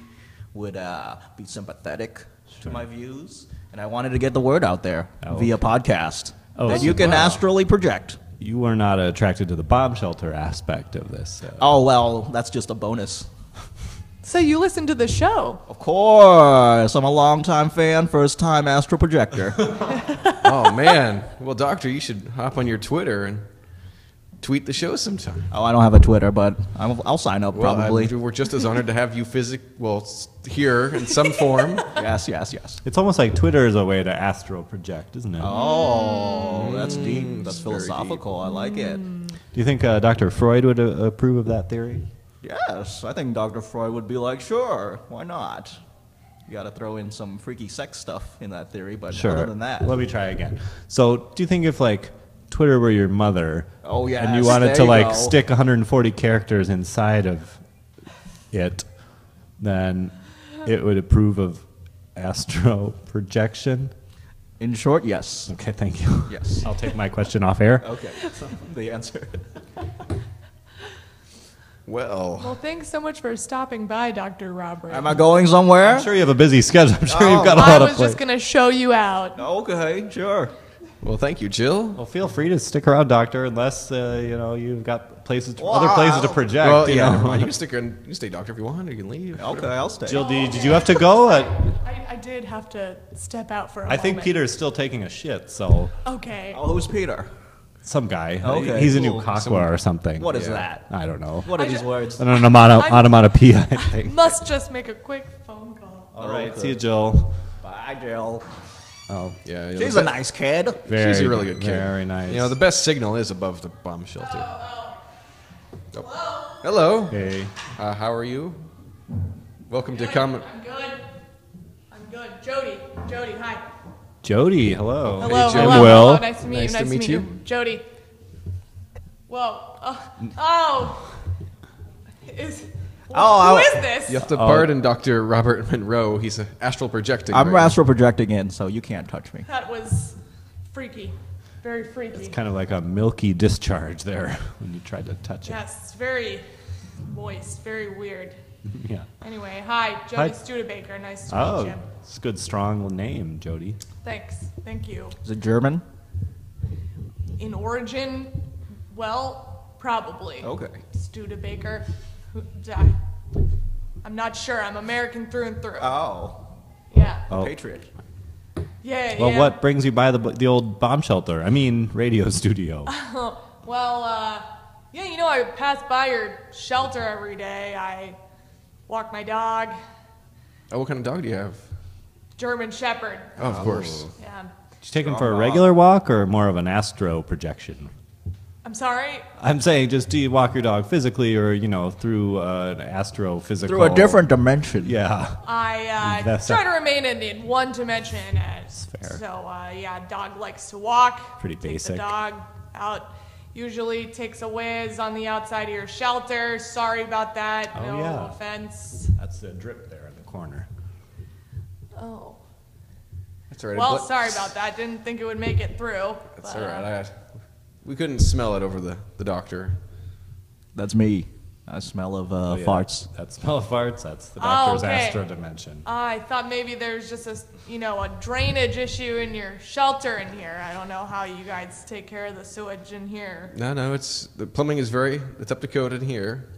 Speaker 6: would uh, be sympathetic to my views, and I wanted to get the word out there via podcast
Speaker 3: Oh,
Speaker 6: that
Speaker 3: so-
Speaker 6: you can
Speaker 3: wow.
Speaker 6: astrally project.
Speaker 3: You are not attracted to the bomb shelter aspect of this. uh,
Speaker 6: Oh well, that's just a bonus.
Speaker 5: So you listen to the show.
Speaker 6: Of course, I'm a longtime fan, first time astral projector.
Speaker 1: oh man. Well, doctor, you should hop on your Twitter and tweet the show sometime.
Speaker 6: oh, I don't have a Twitter, but I'm, I'll sign up
Speaker 1: Well,
Speaker 6: probably.
Speaker 1: I'm- we're just as honored to have you physic well s- here in some form.
Speaker 6: yes, yes, yes.
Speaker 3: It's almost like Twitter is a way to astral project, isn't it?
Speaker 6: Oh, that's deep.
Speaker 3: Mm,
Speaker 6: That's philosophical. I like it.
Speaker 3: Do you think uh, Dr. Freud would uh, approve of that theory?
Speaker 6: Yes, I think Dr. Freud would be like, sure, why not? You got to throw in some freaky sex stuff in that theory, but
Speaker 3: Sure.
Speaker 6: other than that,
Speaker 3: Let me try again. So, do you think if like Twitter were your mother,
Speaker 6: Oh,
Speaker 3: and you
Speaker 6: yes,
Speaker 3: wanted
Speaker 6: there
Speaker 3: to
Speaker 6: you
Speaker 3: like
Speaker 6: go.
Speaker 3: stick 140 characters inside of it, then it would approve of astro projection?
Speaker 6: In short, yes.
Speaker 3: Okay, thank you.
Speaker 6: Yes.
Speaker 3: I'll take my question off air.
Speaker 6: okay, the answer.
Speaker 1: Well,
Speaker 5: Well, thanks so much for stopping by, Dr. Robert.
Speaker 6: am I going somewhere?
Speaker 3: I'm sure you have a busy schedule. I'm sure
Speaker 6: Oh,
Speaker 3: you've got a
Speaker 5: I
Speaker 3: lot
Speaker 5: was
Speaker 3: of play.
Speaker 5: just gonna show you out.
Speaker 6: Okay, sure.
Speaker 1: Well, thank you, Jill.
Speaker 3: Well, feel free to stick around, Doctor, unless uh, you know you've got places, to,
Speaker 1: Well,
Speaker 3: other places to
Speaker 1: I'll-
Speaker 3: project.
Speaker 1: Well,
Speaker 3: you
Speaker 1: yeah,
Speaker 3: know.
Speaker 1: never mind. You can stick around. You can stay, doctor, if you want. or You can leave.
Speaker 6: Okay, I'll stay.
Speaker 3: Jill, did, did you have to go? Uh,
Speaker 5: I, I did have to step out for a
Speaker 3: I think
Speaker 5: moment.
Speaker 3: Peter's still taking a shit, so
Speaker 5: Okay.
Speaker 6: Oh, who's Peter?
Speaker 3: some guy.
Speaker 6: Okay,
Speaker 3: he's a
Speaker 6: cool.
Speaker 3: new cockwa
Speaker 6: Someone-
Speaker 3: or something.
Speaker 6: What is Yeah. that?
Speaker 3: I don't know.
Speaker 6: What are these words?
Speaker 3: An onomata-
Speaker 5: I'm-
Speaker 3: onomatopoeia, I think.
Speaker 5: Must just make a quick phone call.
Speaker 3: All right, see you, Jill.
Speaker 6: Bye, Jill.
Speaker 3: Oh,
Speaker 1: yeah. you know,
Speaker 6: She's
Speaker 1: the
Speaker 6: a
Speaker 1: be-
Speaker 6: nice kid.
Speaker 1: She's
Speaker 3: Very
Speaker 1: a really good
Speaker 3: good,
Speaker 1: kid.
Speaker 3: very nice.
Speaker 1: You know, the best signal is above the bomb shelter. Oh. Hello.
Speaker 3: Hey.
Speaker 1: Uh, how are you? Welcome to come.
Speaker 5: I'm good. I'm good. Jody. Jody, hi.
Speaker 3: Jody, hello.
Speaker 5: Hello,
Speaker 1: Hey, Jody.
Speaker 5: hello,
Speaker 1: Well,
Speaker 5: hello. Nice to meet
Speaker 1: nice
Speaker 5: you.
Speaker 1: to
Speaker 5: Nice
Speaker 1: meet you.
Speaker 5: Jody. Whoa. Oh. oh. Is
Speaker 6: Oh,
Speaker 5: Who
Speaker 6: I-
Speaker 5: is this?
Speaker 1: You have to
Speaker 6: Oh.
Speaker 1: pardon Dr. Robert Monroe. He's uh, astral projecting.
Speaker 6: I'm
Speaker 1: right
Speaker 6: astral projecting in, so you can't touch me.
Speaker 5: That was freaky. Very freaky.
Speaker 3: It's kind of like a milky discharge there when you tried to touch it.
Speaker 5: Yes, it's very moist, very weird.
Speaker 3: Yeah.
Speaker 5: Anyway, hi, Jody
Speaker 3: Hi.
Speaker 5: Studebaker. Nice to meet
Speaker 3: Oh,
Speaker 5: you.
Speaker 3: it's a good, strong name, Jody.
Speaker 5: Thanks. Thank you.
Speaker 6: Is it German?
Speaker 5: In origin, well, probably.
Speaker 1: Oh.
Speaker 6: Okay.
Speaker 5: Studebaker. Who- I- I'm not sure. I'm American through and through.
Speaker 3: Uh,
Speaker 6: Oh.
Speaker 5: Yeah.
Speaker 3: Oh.
Speaker 6: Patriot.
Speaker 5: Yeah,
Speaker 3: Well,
Speaker 5: yeah.
Speaker 3: what brings you by the the old bomb shelter? I mean, radio studio.
Speaker 5: well, uh, yeah, you know, I pass by your shelter every day. I walk my dog,
Speaker 1: Oh, what kind of dog do you have?
Speaker 5: German Shepherd.
Speaker 1: Oh, of course.
Speaker 5: Yeah.
Speaker 3: Did you take him for a regular walk or more of an astro projection?
Speaker 5: I'm sorry.
Speaker 3: I'm saying, just do you walk your dog physically or, you know, through uh, an astrophysical?
Speaker 6: Through a different dimension.
Speaker 3: Yeah.
Speaker 5: I uh,
Speaker 3: That's
Speaker 5: try
Speaker 3: a-
Speaker 5: to remain in, in one dimension. Uh,
Speaker 3: fair.
Speaker 5: So uh, yeah, dog likes to walk.
Speaker 3: Pretty
Speaker 5: Take
Speaker 3: basic.
Speaker 5: The dog out usually takes a whiz on the outside of your shelter. Sorry about that.
Speaker 3: Oh,
Speaker 5: no
Speaker 3: yeah.
Speaker 5: offense.
Speaker 3: That's the drip there in the corner.
Speaker 5: Oh.
Speaker 1: That's all right.
Speaker 5: well,
Speaker 1: Bl-
Speaker 5: sorry about that. Didn't think it would make it through.
Speaker 1: That's
Speaker 5: but,
Speaker 1: all
Speaker 5: uh,
Speaker 1: right. I, we couldn't smell it over the, the doctor.
Speaker 6: That's me. I smell of uh,
Speaker 3: Oh, yeah.
Speaker 6: farts.
Speaker 3: That smell of farts, that's the
Speaker 5: Oh,
Speaker 3: doctor's
Speaker 5: okay.
Speaker 3: astro dimension.
Speaker 5: I thought maybe there's just a s- you know a drainage issue in your shelter in here. I don't know how you guys take care of the sewage in here.
Speaker 1: No, no, it's the plumbing is very it's up to code in here,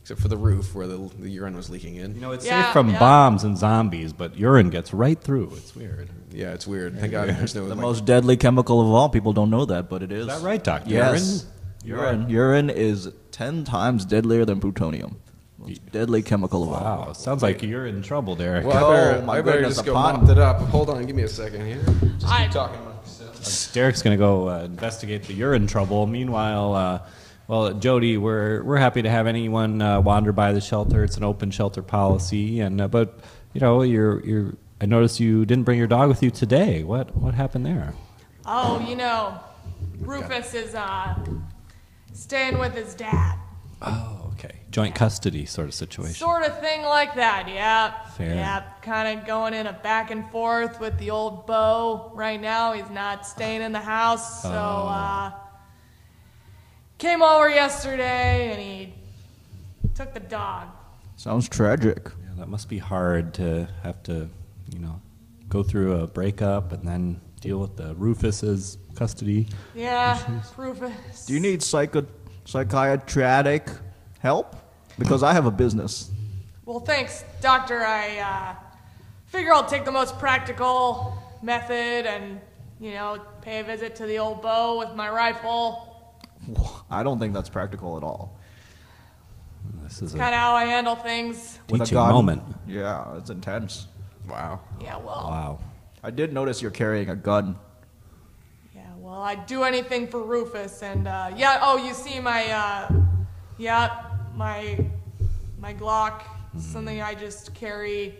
Speaker 1: except for the roof where the, the urine was leaking in. You
Speaker 3: know, it's
Speaker 5: Yeah,
Speaker 3: Safe from
Speaker 5: yeah.
Speaker 3: bombs and zombies, but urine gets right through. It's weird.
Speaker 1: Yeah, it's weird. Thank God there's no
Speaker 6: the
Speaker 1: like,
Speaker 6: most deadly chemical of all. People don't know that, but it is.
Speaker 3: that right, Doctor?
Speaker 6: Yes.
Speaker 3: Urine?
Speaker 6: Urine. Urine is ten times deadlier than plutonium. Most deadly chemical of all.
Speaker 3: Wow, sounds like you're in trouble, Derek.
Speaker 1: Well, I better,
Speaker 6: Oh, my
Speaker 1: I better
Speaker 6: goodness,
Speaker 1: just
Speaker 6: a
Speaker 1: go
Speaker 6: pond.
Speaker 1: mop that up. Hold on, give me a second here. Just
Speaker 5: I-
Speaker 1: keep talking amongst yourselves.
Speaker 3: Derek's going to go uh, investigate the urine trouble. Meanwhile, uh, well, Jody, we're we're happy to have anyone uh, wander by the shelter. It's an open shelter policy, and uh, but you know, you're you're. I noticed you didn't bring your dog with you today. What what happened there?
Speaker 5: Oh, you know, Rufus is uh, staying with his dad.
Speaker 3: Oh, okay, joint custody sort of situation.
Speaker 5: Sort of thing like that, yeah.
Speaker 3: Fair.
Speaker 5: Yeah, kind of going in a back and forth with the old beau right now. He's not staying in the house, so
Speaker 3: Oh.
Speaker 5: uh, came over yesterday and he took the dog.
Speaker 6: Sounds tragic.
Speaker 3: Yeah, that must be hard to have to, you know, go through a breakup and then deal with the Rufus's custody.
Speaker 5: Yeah, Rufus.
Speaker 6: Do you need psycho psychiatric help? Because I have a business.
Speaker 5: Well, thanks, doctor. I uh, figure I'll take the most practical method and, you know, pay a visit to the old beau with my rifle.
Speaker 6: I don't think that's practical at all.
Speaker 3: This is
Speaker 5: Kind of how I handle things.
Speaker 6: With a
Speaker 3: Teaching
Speaker 6: gun-
Speaker 3: moment.
Speaker 6: Yeah, it's intense. Wow.
Speaker 5: Yeah, well,
Speaker 3: Wow.
Speaker 6: I did notice you're carrying a gun.
Speaker 5: yeah, well, I'd do anything for Rufus. And uh, yeah, oh, you see my, uh, yeah, my, my Glock,
Speaker 6: Mm-hmm.
Speaker 5: something I just carry,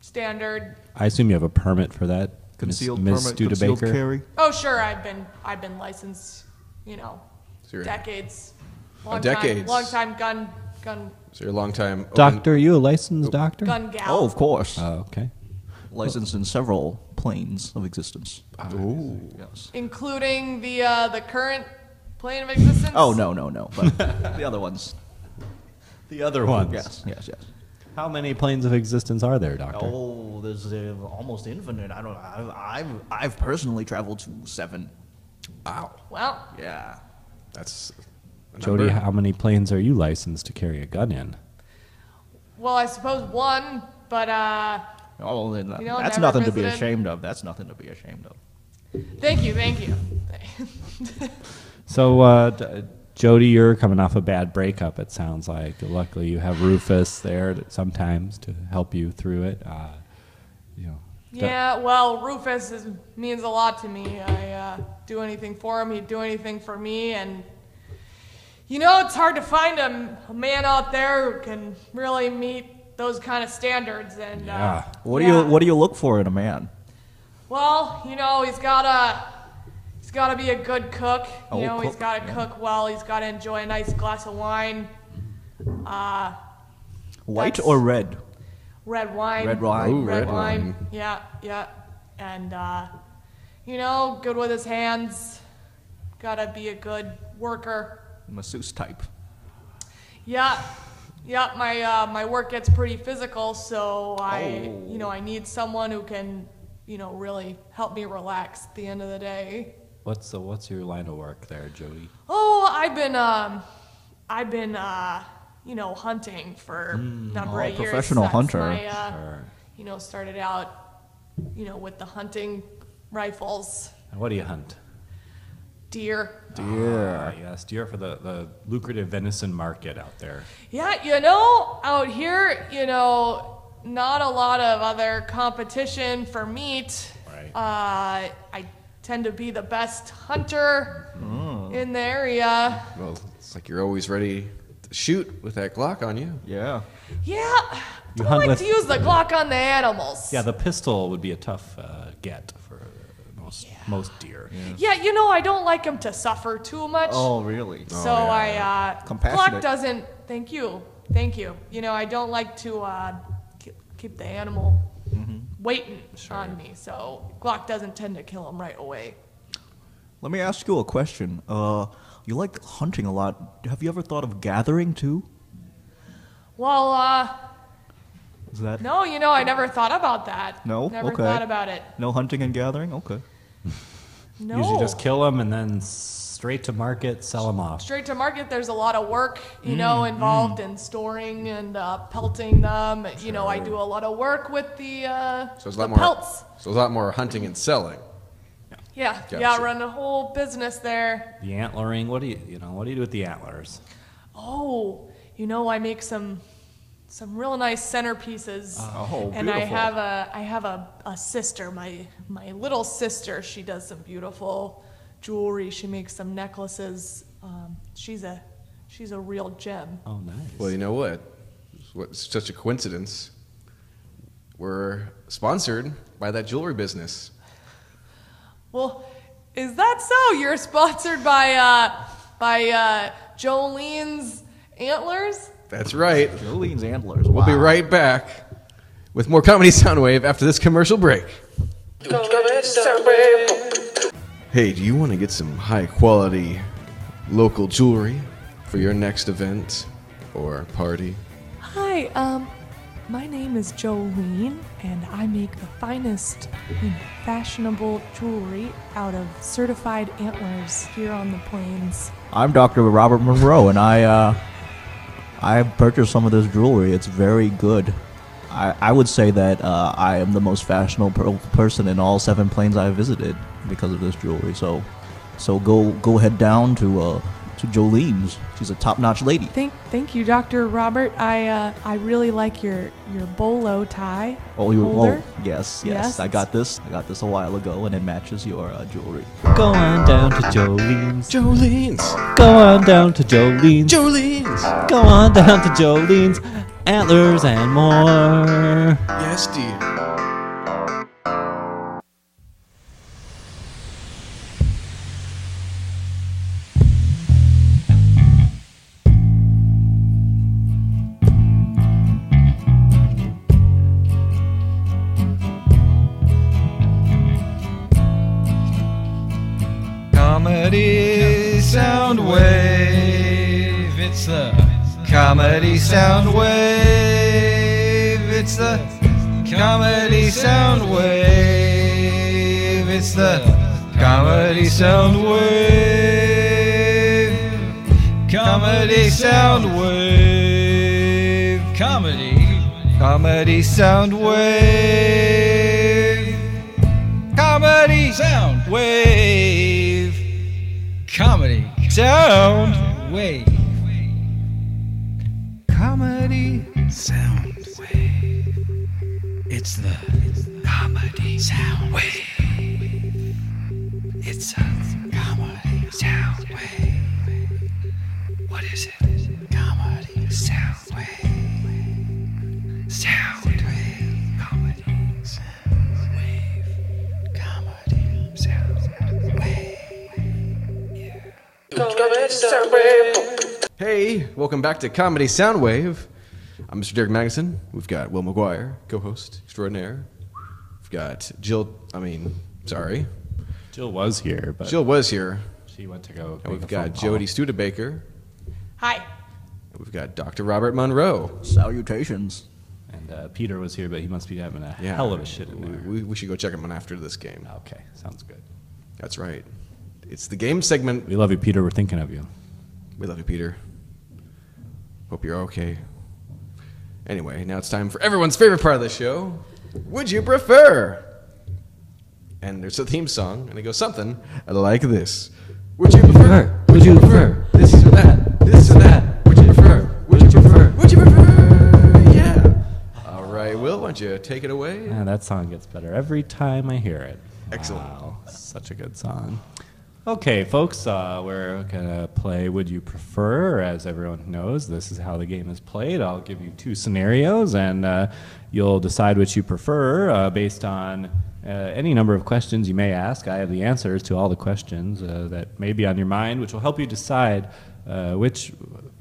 Speaker 5: standard.
Speaker 3: I assume you have a permit for that, Miss-
Speaker 6: Concealed
Speaker 3: Miss
Speaker 6: permit,
Speaker 3: Studebaker.
Speaker 6: concealed carry.
Speaker 5: Oh, sure, I've been, I've been licensed, you know,
Speaker 1: Sure.
Speaker 5: decades,
Speaker 1: Oh,
Speaker 5: long time,
Speaker 1: decades.
Speaker 5: long time gun, gun,
Speaker 1: So you're a long time open-
Speaker 3: Doctor, you a licensed doctor?
Speaker 5: gun gal.
Speaker 6: Oh, of course.
Speaker 3: Oh, okay.
Speaker 6: Licensed in several planes of existence.
Speaker 1: Oh.
Speaker 6: Yes.
Speaker 5: including the uh, the current plane of existence.
Speaker 6: Oh no no no! But the other ones.
Speaker 3: The other ones.
Speaker 6: Yes yes yes.
Speaker 3: How many planes of existence are there, Doctor?
Speaker 6: Oh, there's uh, almost infinite. I don't. I've, I've I've personally traveled to seven.
Speaker 1: Wow.
Speaker 5: Well,
Speaker 6: Yeah.
Speaker 1: That's a
Speaker 3: Jody,
Speaker 1: number.
Speaker 3: how many planes are you licensed to carry a gun in?
Speaker 5: well, I suppose one, but uh,
Speaker 6: Oh, then
Speaker 5: You know,
Speaker 6: that's
Speaker 5: never
Speaker 6: nothing to be
Speaker 5: visited.
Speaker 6: ashamed of. That's nothing to be ashamed of.
Speaker 5: thank you, thank you.
Speaker 3: So, uh, d- Jody, you're coming off a bad breakup, it sounds like. Luckily, you have Rufus there to, sometimes to help you through it. Uh, you know, d-
Speaker 5: yeah, well, Rufus is, means a lot to me. I uh, do anything for him. He'd do anything for me, and you know, it's hard to find a, a man out there who can really meet those kind of standards. And uh,
Speaker 6: What do
Speaker 5: yeah.
Speaker 6: you What do you look for in a man?
Speaker 5: Well, you know, he's gotta he's gotta be a good cook. You
Speaker 6: Oh,
Speaker 5: know, he's
Speaker 6: cook,
Speaker 5: gotta
Speaker 6: yeah.
Speaker 5: cook well. He's gotta enjoy a nice glass of wine. Uh,
Speaker 7: White or red?
Speaker 5: red wine.
Speaker 7: Red wine. Ooh,
Speaker 5: red,
Speaker 7: red
Speaker 5: wine.
Speaker 7: wine.
Speaker 5: Yeah, yeah. And, uh, you know, good with his hands. Gotta be a good worker.
Speaker 7: Masseuse type.
Speaker 5: Yeah. Yeah, my uh, my work gets pretty physical, so I
Speaker 6: Oh.
Speaker 5: you know I need someone who can you know really help me relax at the end of the day.
Speaker 3: What's the, what's your line of work there, Jody?
Speaker 5: Oh, I've been um, I've been uh, you know, hunting for a
Speaker 6: Mm.
Speaker 5: number
Speaker 6: Oh,
Speaker 5: of years.
Speaker 6: professional
Speaker 5: since
Speaker 6: hunter.
Speaker 5: I, uh,
Speaker 3: Sure.
Speaker 5: You know, started out, you know, with the hunting rifles,
Speaker 3: And what do you hunt?
Speaker 5: deer.
Speaker 3: Deer. yes, deer for the, the lucrative venison market out there.
Speaker 5: Yeah, you know, out here, you know, not a lot of other competition for meat.
Speaker 3: Right.
Speaker 5: Uh, I tend to be the best hunter
Speaker 3: Mm.
Speaker 1: Oh.
Speaker 5: in the area.
Speaker 1: Well, it's like you're always ready to shoot with that Glock on you.
Speaker 7: Yeah.
Speaker 5: Yeah,
Speaker 3: You
Speaker 5: I
Speaker 3: hunt
Speaker 5: like
Speaker 3: with-
Speaker 5: to use the Glock on the animals.
Speaker 3: Yeah, the pistol would be a tough uh, get for most most deer.
Speaker 5: Yeah, you know, I don't like him to suffer too much.
Speaker 3: Oh,
Speaker 6: Oh,
Speaker 3: really?
Speaker 5: So I, uh,
Speaker 3: Compassionate.
Speaker 5: Glock doesn't, thank you, thank you. You know, I don't like to uh, keep, keep the animal
Speaker 3: Mm-hmm.
Speaker 5: waiting on me. So Glock doesn't tend to kill him right away.
Speaker 7: Let me ask you a question. Uh, you like hunting a lot. Have you ever thought of gathering too?
Speaker 5: Well, uh,
Speaker 7: Is that
Speaker 5: no, you know, I never thought about that.
Speaker 7: No?
Speaker 5: Never
Speaker 7: okay.
Speaker 5: thought about it.
Speaker 7: No hunting and gathering? Okay.
Speaker 5: No.
Speaker 3: Usually just kill them and then straight to market, sell them off.
Speaker 5: Straight to market, there's a lot of work, you
Speaker 3: Mm,
Speaker 5: know, involved in storing and uh, pelting them. You know, I do a lot of work with the, uh,
Speaker 1: So it's a
Speaker 5: the
Speaker 1: lot more.
Speaker 5: pelts.
Speaker 1: So it's a lot more hunting and selling.
Speaker 5: Yeah,
Speaker 3: Gotcha.
Speaker 5: yeah, run a whole business there.
Speaker 3: The antlering. What do you you know? What do you do with the antlers?
Speaker 5: Oh, you know, I make some some real nice centerpieces.
Speaker 3: Oh,
Speaker 5: and I
Speaker 3: beautiful.
Speaker 5: have a I have a, a sister, my my little sister. She does some beautiful jewelry. She makes some necklaces. Um, she's a she's a real gem.
Speaker 3: Oh, nice.
Speaker 1: Well, you know what? What's such a coincidence? We're sponsored by that jewelry business.
Speaker 5: Well, is that so? You're sponsored by uh, by uh, Jolene's antlers.
Speaker 1: That's right.
Speaker 7: Jolene's antlers.
Speaker 1: We'll be right back with more comedy Soundwave after this commercial break. Hey, do you want to get some high quality local jewelry for your next event or party?
Speaker 5: Hi, um, my name is Jolene, and I make the finest and fashionable jewelry out of certified antlers here on the plains.
Speaker 6: I'm Dr. Robert Monroe, and I uh, I purchased some of this jewelry. It's very good. I, I would say that uh, I am the most fashionable per- person in all seven planes I visited because of this jewelry. So, so go go head down to uh, to Jolene's. She's a top-notch lady.
Speaker 5: Thank, thank you, Doctor Robert. I, uh, I really like your your bolo tie.
Speaker 6: Oh, you
Speaker 5: holder.
Speaker 6: oh yes, yes
Speaker 5: Yes.
Speaker 6: I got this. I got this a while ago, and it matches your uh, jewelry.
Speaker 3: Go on down to Jolene's.
Speaker 1: Jolene's.
Speaker 3: Go on down to Jolene's.
Speaker 1: Jolene's.
Speaker 3: Go on down to Jolene's. Antlers and more.
Speaker 1: Yes, dear.
Speaker 14: Comedy sound wave. It's the comedy sound wave. It's the comedy sound wave. It's the comedy sound wave. Comedy sound wave. Comedy. Comedy sound wave. Comedy sound wave. Comedy sound wave. Comedy sound wave. It's the comedy sound wave. It's a comedy sound wave. What is it? Comedy sound wave. Sound wave. Comedy sound wave. Comedy sound wave.
Speaker 1: Hey, welcome back to Comedy Soundwave. I'm Mr. Derek Magnuson. We've got Will McGuire, co-host extraordinaire. We've got Jill. I mean, sorry,
Speaker 3: Jill was here, but
Speaker 1: Jill was here.
Speaker 3: She went to go.
Speaker 1: And
Speaker 3: make
Speaker 1: we've
Speaker 3: a phone
Speaker 1: got
Speaker 3: call.
Speaker 1: Jody Studebaker.
Speaker 5: Hi.
Speaker 1: And we've got Dr. Robert Monroe.
Speaker 6: Salutations.
Speaker 3: And uh, Peter was here, but he must be having a
Speaker 1: Yeah.
Speaker 3: hell of a shit in there.
Speaker 1: We, we should go check him on after this game.
Speaker 3: Okay, sounds good.
Speaker 1: That's right. It's the game segment.
Speaker 3: We love you, Peter. We're thinking of you.
Speaker 1: We love you, Peter. Hope you're okay. Anyway, now it's time for everyone's favorite part of the show. Would you prefer? And there's a theme song, and it goes something like this. Would you prefer? Would you prefer? This or that? This or that? Would you prefer? Would you prefer? Would you prefer? Yeah. All right, Will, why don't you take it away?
Speaker 3: Yeah, that song gets better every time I hear it.
Speaker 1: Excellent.
Speaker 3: Wow, such a good song. Okay, folks, uh, we're going to play Would You Prefer? As everyone knows, this is how the game is played. I'll give you two scenarios, and uh, you'll decide which you prefer uh, based on uh, any number of questions you may ask. I have the answers to all the questions uh, that may be on your mind, which will help you decide uh, which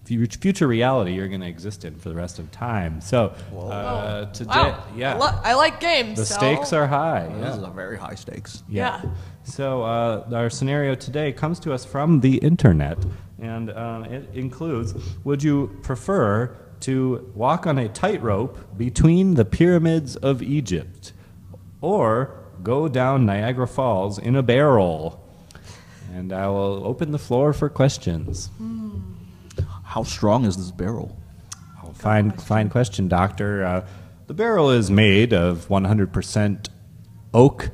Speaker 3: fu- future reality you're going to exist in for the rest of time. So, uh, today,
Speaker 5: Wow.
Speaker 3: yeah.
Speaker 5: I, lo- I like games.
Speaker 3: The
Speaker 5: so-
Speaker 3: stakes are high.
Speaker 6: Well,
Speaker 3: yeah.
Speaker 6: This is a very high stakes.
Speaker 3: Yeah. So uh, our scenario today comes to us from the internet, and um, it includes: Would you prefer to walk on a tightrope between the pyramids of Egypt, or go down Niagara Falls in a barrel? And I will open the floor for questions.
Speaker 6: How strong is this barrel?
Speaker 3: Oh, fine, fine question, Doctor. Uh, the barrel is made of 100% oak.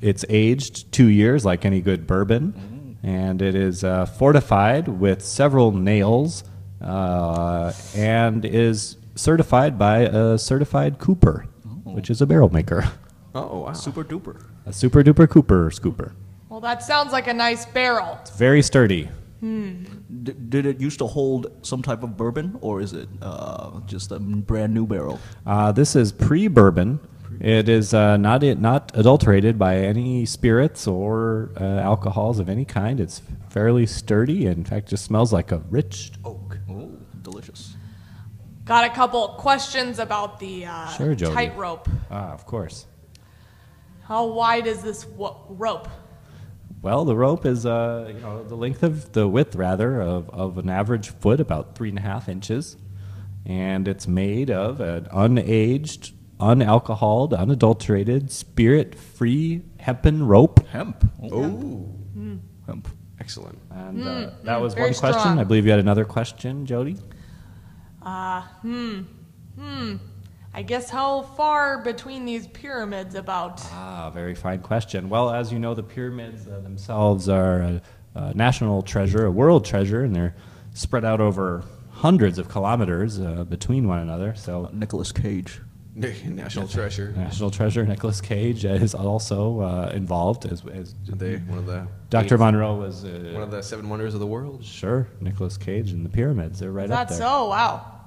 Speaker 3: It's aged two years, like any good bourbon, and it is uh, fortified with several nails, uh, and is certified by a certified cooper, which is a barrel maker,
Speaker 1: Oh, wow.
Speaker 6: Super duper.
Speaker 3: a super duper cooper or scooper.
Speaker 5: Well, that sounds like a nice barrel.
Speaker 3: It's very sturdy.
Speaker 5: Hmm.
Speaker 6: D- did it used to hold some type of bourbon, or is it uh, just a brand new barrel?
Speaker 3: Uh, this is pre bourbon. It is uh, not not adulterated by any spirits or uh, alcohols of any kind. It's fairly sturdy. In fact, just smells like a rich oak.
Speaker 6: Oh, delicious.
Speaker 5: Got a couple questions about the uh,
Speaker 3: Sure, Jody.
Speaker 5: tightrope.
Speaker 3: Ah, of course.
Speaker 5: How wide is this wo- rope?
Speaker 3: Well, the rope is uh, you know the length of the width rather of, of an average foot, about three and a half inches, and it's made of an unaged, unalcoholed, unadulterated, spirit-free hempen rope.
Speaker 6: Hemp.
Speaker 1: Oh.
Speaker 6: Hemp.
Speaker 1: Excellent.
Speaker 3: And uh,
Speaker 5: Mm,
Speaker 3: that
Speaker 5: mm,
Speaker 3: was
Speaker 5: very
Speaker 3: one question.
Speaker 5: strong.
Speaker 3: I believe you had another question, Jody.
Speaker 5: Uh, hmm. Hmm. I guess how far between these pyramids about?
Speaker 3: Ah, very fine question. Well, as you know, the pyramids uh, themselves are a, a national treasure, a world treasure, and they're spread out over hundreds of kilometers uh, between one another. So
Speaker 6: Nicholas Cage.
Speaker 1: National treasure.
Speaker 3: National treasure, Nicolas Cage uh, is also uh, involved as, as
Speaker 1: They one of the
Speaker 3: Dr.
Speaker 1: eight-
Speaker 3: Monroe was uh,
Speaker 1: one of the seven wonders of the world.
Speaker 3: sure Nicolas Cage and the pyramids. They're right up
Speaker 5: That's
Speaker 3: there.
Speaker 5: so wow.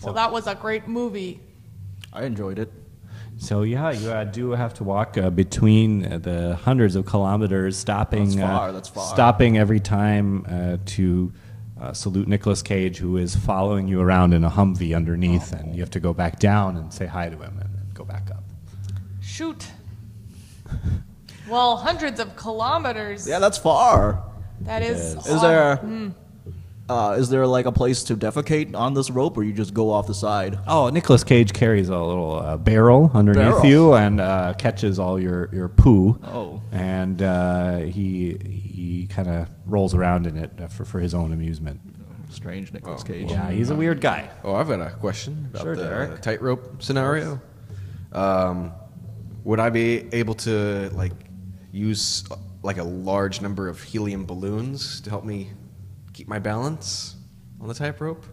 Speaker 5: So that was a great movie.
Speaker 6: I enjoyed it.
Speaker 3: So yeah, you uh, do have to walk uh, between uh, the hundreds of kilometers, stopping,
Speaker 6: That's far,
Speaker 3: uh,
Speaker 6: that's far.
Speaker 3: stopping every time uh, to uh, salute Nicolas Cage, who is following you around in a Humvee underneath, and you have to go back down and say hi to him, and then go back up.
Speaker 5: Shoot. Well, hundreds of kilometers.
Speaker 6: Yeah, that's far.
Speaker 5: That is.
Speaker 6: Is
Speaker 5: on-
Speaker 6: there-
Speaker 5: Hmm.
Speaker 6: Uh, is there like a place to defecate on this rope, or you just go off the side?
Speaker 3: Oh, Nicolas Cage carries a little uh, barrel underneath
Speaker 6: Barrel.
Speaker 3: you and uh, catches all your, your poo.
Speaker 6: Oh.
Speaker 3: And uh, he he kind of rolls around in it uh, for, for his own amusement.
Speaker 6: Strange Nicholas
Speaker 1: Oh,
Speaker 6: Cage.
Speaker 3: Yeah, he's a weird guy.
Speaker 1: Oh, I've got a question about
Speaker 3: Sure,
Speaker 1: the
Speaker 3: Derek.
Speaker 1: tightrope scenario. Um, would I be able to like use uh, like a large number of helium balloons to help me keep my balance on the tightrope?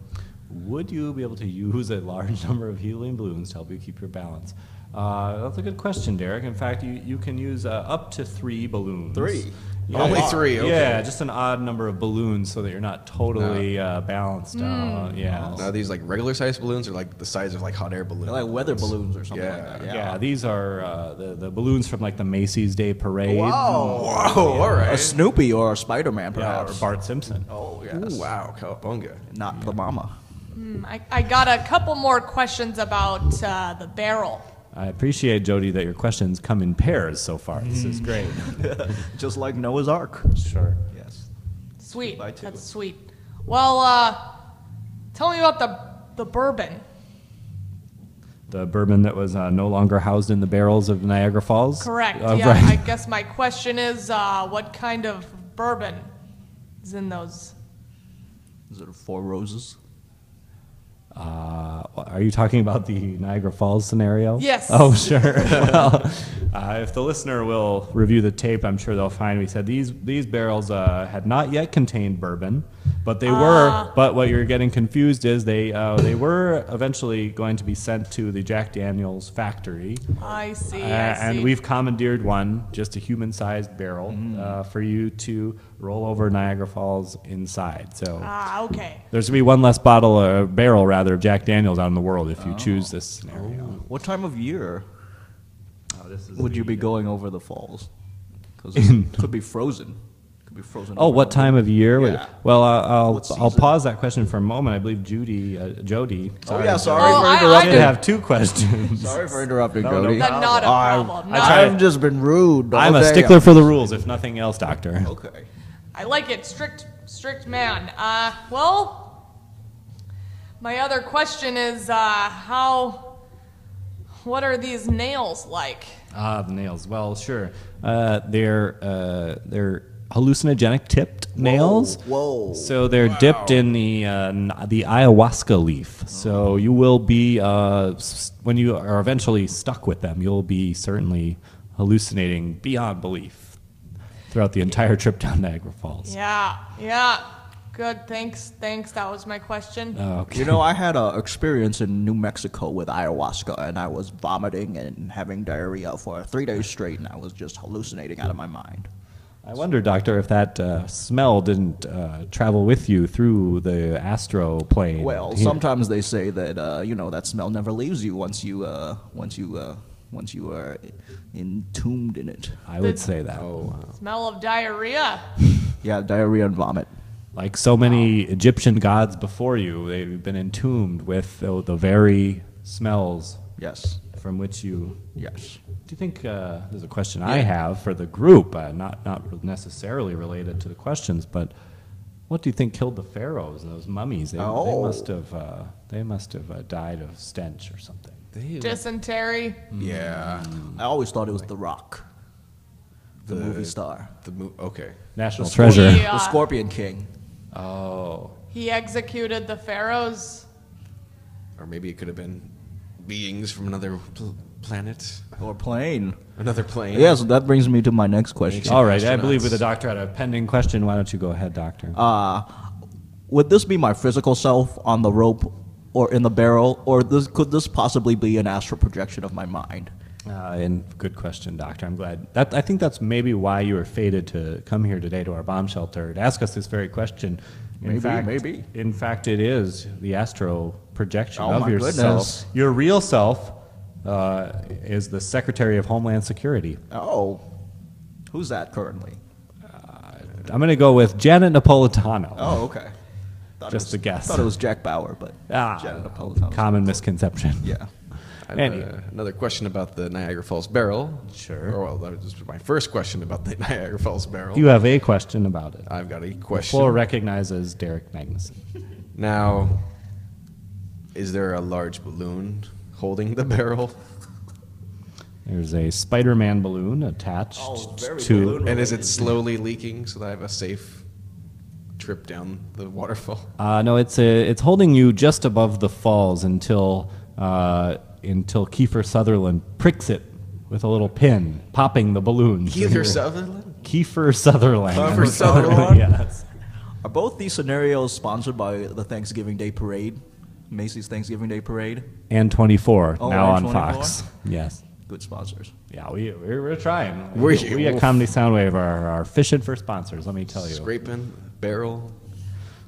Speaker 3: Would you be able to use a large number of helium balloons to help you keep your balance? Uh, that's a good question, Derek. In fact, you, you can use uh, up to three balloons.
Speaker 1: Three?
Speaker 3: Yeah,
Speaker 1: Only
Speaker 3: yeah.
Speaker 1: three, okay.
Speaker 3: Yeah, just an odd number of balloons so that you're not totally uh, balanced
Speaker 5: Mm.
Speaker 3: out. Yeah.
Speaker 1: Now these like regular sized balloons are like the size of like hot air balloons.
Speaker 3: Oh. like weather balloons
Speaker 1: or
Speaker 3: something like that. Yeah, these are uh, the, the balloons from like the Macy's Day Parade.
Speaker 6: Wow. Whoa, all right.
Speaker 3: A
Speaker 6: Snoopy or a Spider Man,
Speaker 3: or
Speaker 6: perhaps.
Speaker 3: Bart Simpson.
Speaker 6: Oh,
Speaker 1: yes. wow, cowabunga.
Speaker 6: Not the mama.
Speaker 5: Hmm, I, I got a couple more questions about uh, the barrel.
Speaker 3: I appreciate, Jody, that your questions come in pairs so far. This
Speaker 5: Mm.
Speaker 3: is great.
Speaker 6: Just like Noah's Ark.
Speaker 3: Sure.
Speaker 6: Yes.
Speaker 5: Sweet. That's sweet. Well, uh, tell me about the, the bourbon.
Speaker 3: The bourbon that was uh, no longer housed in the barrels of Niagara Falls?
Speaker 5: Correct.
Speaker 3: Uh,
Speaker 5: yeah.
Speaker 3: right.
Speaker 5: I guess my question is uh, what kind of bourbon is in those?
Speaker 6: Is it Four Roses?
Speaker 3: Uh, are you talking about the Niagara Falls scenario?
Speaker 5: Yes.
Speaker 3: Oh, sure. well, uh, if the listener will review the tape, I'm sure they'll find we said these these barrels uh, had not yet contained bourbon, but they
Speaker 5: Ah.
Speaker 3: were. But what you're getting confused is they uh, they were eventually going to be sent to the Jack Daniel's factory.
Speaker 5: I see.
Speaker 3: Uh,
Speaker 5: I see.
Speaker 3: and we've commandeered one, just a human sized barrel, uh, for you to roll over Niagara Falls inside. So
Speaker 5: Ah, okay.
Speaker 3: there's going to be one less bottle or barrel, rather, of Jack Daniels out in the world if you choose
Speaker 6: Oh.
Speaker 3: this scenario.
Speaker 6: What time of year
Speaker 3: Oh, is
Speaker 6: would you be going over the falls? Because it could be frozen. Could be frozen.
Speaker 3: Oh,
Speaker 6: over
Speaker 3: what
Speaker 6: the-
Speaker 3: time of year? would-
Speaker 6: Yeah.
Speaker 3: Well, uh, I'll, I'll, I'll pause that question for a moment. I believe Judy, uh, Jody. Sorry,
Speaker 6: yeah,
Speaker 3: Jody,
Speaker 6: sorry Oh, for I- I interrupting.
Speaker 3: did have two questions.
Speaker 6: Sorry for interrupting,
Speaker 3: No, no
Speaker 6: Jody.
Speaker 3: problem.
Speaker 5: Not a
Speaker 6: I've-
Speaker 5: problem,
Speaker 3: not
Speaker 6: I've
Speaker 3: a-
Speaker 6: just been rude. all
Speaker 3: I'm a
Speaker 6: day.
Speaker 3: stickler for the rules, if nothing else, Doctor.
Speaker 6: Okay.
Speaker 5: I like it. Strict, strict man. Uh, well, my other question is uh, how, what are these nails like?
Speaker 3: Ah, the nails. Well, sure. Uh, they're uh, they're hallucinogenic tipped nails.
Speaker 6: Whoa.
Speaker 3: So they're dipped in the uh, n- the ayahuasca leaf. So you will be uh, s- when you are eventually stuck with them, you'll be certainly hallucinating beyond belief throughout the entire trip down Niagara Falls.
Speaker 5: Yeah, yeah. Good. Thanks, thanks. That was my question.
Speaker 6: You know, I had a experience in New Mexico with ayahuasca, and I was vomiting and having diarrhea for three days straight, and I was just hallucinating out of my mind.
Speaker 3: I wonder, Doctor, if that uh, smell didn't uh, travel with you through the astro plane.
Speaker 6: Well,
Speaker 3: here.
Speaker 6: sometimes they say that uh, you know that smell never leaves you once you uh, once you uh, once you are entombed in it.
Speaker 3: I would say that. Oh,
Speaker 5: Smell of diarrhea.
Speaker 6: Yeah, diarrhea and vomit.
Speaker 3: like so many Egyptian gods before you, they've been entombed with the, the very smells.
Speaker 6: Yes.
Speaker 3: From which you.
Speaker 6: Yes.
Speaker 3: Do you think uh, there's a question I have for the group? Uh, not not necessarily related to the questions, but what do you think killed the pharaohs and those mummies? They, they
Speaker 6: Oh.
Speaker 3: must have uh, they must have uh, died of stench or something.
Speaker 5: Dysentery.
Speaker 6: Yeah. I always thought it was The Rock, the, movie star.
Speaker 1: The mo- okay.
Speaker 3: National
Speaker 6: Scorp-
Speaker 3: Treasure.
Speaker 5: Yeah.
Speaker 6: The Scorpion King.
Speaker 3: Oh.
Speaker 5: uh, He executed the pharaohs.
Speaker 1: Or maybe it could have been beings from another pl- planet.
Speaker 6: Or plane.
Speaker 1: Another plane.
Speaker 6: Yeah, so that brings me to my next question.
Speaker 3: All right, I believe with the doctor had a pending question. Why don't you go ahead, doctor?
Speaker 6: Uh, would this be my physical self on the rope or in the barrel, or this, could this possibly be an astral projection of my mind?
Speaker 3: Uh, and good question, Doctor. I'm glad. That, I think that's maybe why you were fated to come here today to our bomb shelter to ask us this very question. In
Speaker 6: Maybe,
Speaker 3: fact,
Speaker 6: maybe.
Speaker 3: In fact, it is the astro projection
Speaker 6: Oh
Speaker 3: of
Speaker 6: my
Speaker 3: yourself.
Speaker 6: goodness.
Speaker 3: Your real self uh, is the Secretary of Homeland Security.
Speaker 6: Oh, who's that currently?
Speaker 3: I'm going to go with Janet Napolitano.
Speaker 6: Oh, okay. Thought it
Speaker 3: Just
Speaker 6: was-
Speaker 3: a guess.
Speaker 6: Thought it was Jack Bauer, but
Speaker 3: Ah,
Speaker 6: Janet Napolitano.
Speaker 3: Common misconception.
Speaker 6: Yeah.
Speaker 1: I have, uh, another question about the Niagara Falls barrel. Sure. Or, well, that was just my first question about the Niagara Falls barrel.
Speaker 3: You have a question about it.
Speaker 1: I've got a
Speaker 3: The
Speaker 1: question.
Speaker 3: floor recognizes Derek Magnuson.
Speaker 1: Now, is there a large balloon holding the barrel?
Speaker 3: There's a Spider-Man balloon attached
Speaker 6: Oh,
Speaker 3: to.
Speaker 1: And is it slowly leaking so that I have a safe trip down the waterfall?
Speaker 3: Uh, no, it's a, it's holding you just above the falls until uh, until Kiefer Sutherland pricks it with a little pin, popping the balloon.
Speaker 1: Kiefer Sutherland?
Speaker 3: Kiefer Sutherland.
Speaker 6: Kiefer Sutherland?
Speaker 3: yes.
Speaker 6: Are both these scenarios sponsored by the Thanksgiving Day Parade? Macy's Thanksgiving Day Parade?
Speaker 3: And 24
Speaker 6: Oh,
Speaker 3: now on
Speaker 6: and 24?
Speaker 3: Fox. Yes.
Speaker 7: good sponsors.
Speaker 3: Yeah, we, we're, we're trying.
Speaker 7: We're-
Speaker 3: we we at Comedy Soundwave are, are fishing for sponsors, let me tell you.
Speaker 1: Scraping, barrel.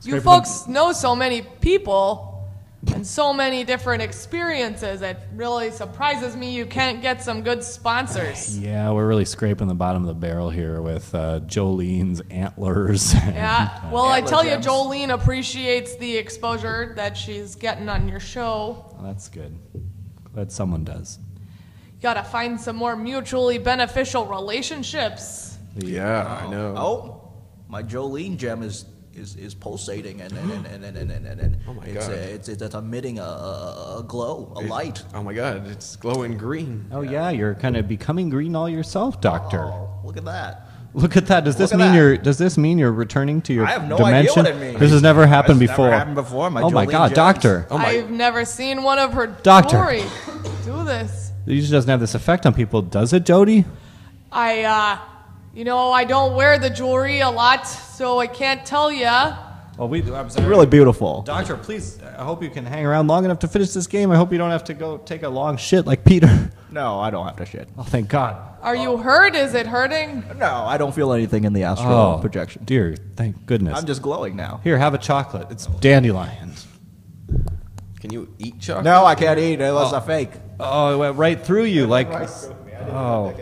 Speaker 5: You folks know so many people and so many different experiences. It really surprises me you can't get some good sponsors.
Speaker 3: Yeah, we're really scraping the bottom of the barrel here with uh, Jolene's antlers.
Speaker 5: Yeah. Well, I tell you, Jolene appreciates the exposure that she's getting on your show.
Speaker 3: That's good. Glad someone does.
Speaker 5: Gotta find some more mutually beneficial relationships.
Speaker 1: Yeah, I know.
Speaker 7: Oh,
Speaker 6: my Jolene gem is is, is pulsating and and and and and and, and, and
Speaker 1: oh my
Speaker 6: it's, uh,
Speaker 1: God.
Speaker 6: it's it's emitting a, a, a- a glow, a
Speaker 1: It-
Speaker 6: light.
Speaker 1: Oh my God, it's glowing green.
Speaker 3: Oh, yeah, you're kind of becoming green all yourself, Doctor.
Speaker 6: Look at that.
Speaker 3: Look at that. Does this
Speaker 6: Look at
Speaker 3: mean
Speaker 6: that.
Speaker 3: you're? Does this mean you're returning to your
Speaker 6: I have no
Speaker 3: dimension?
Speaker 6: idea what it means.
Speaker 3: This has never happened
Speaker 6: It's never
Speaker 3: before.
Speaker 6: happened before, my
Speaker 3: oh my
Speaker 6: Jolene
Speaker 3: God,
Speaker 6: Jones.
Speaker 3: Doctor! Oh my!
Speaker 5: I've never seen one of her
Speaker 3: Doctor.
Speaker 5: stories do this.
Speaker 3: It usually doesn't have this effect on people, does it, Jody?
Speaker 5: I, uh, you know, I don't wear the jewelry a lot, so I can't tell ya.
Speaker 3: Well, we I'm
Speaker 6: Really beautiful.
Speaker 3: Doctor, please. I hope you can hang around long enough to finish this game. I hope you don't have to go take a long shit like Peter.
Speaker 6: No, I don't have to shit.
Speaker 3: Oh, thank God.
Speaker 5: Are you hurt? Is it hurting?
Speaker 6: No, I don't feel anything in the astral
Speaker 3: Oh,
Speaker 6: projection.
Speaker 3: dear, thank goodness.
Speaker 6: I'm just glowing now.
Speaker 3: Here, have a chocolate. It's dandelion.
Speaker 1: Can you eat chocolate?
Speaker 6: No, I can't eat. It was
Speaker 3: Oh.
Speaker 6: a fake.
Speaker 3: Oh, it went right through you, like.
Speaker 6: right through me. I didn't even
Speaker 3: oh.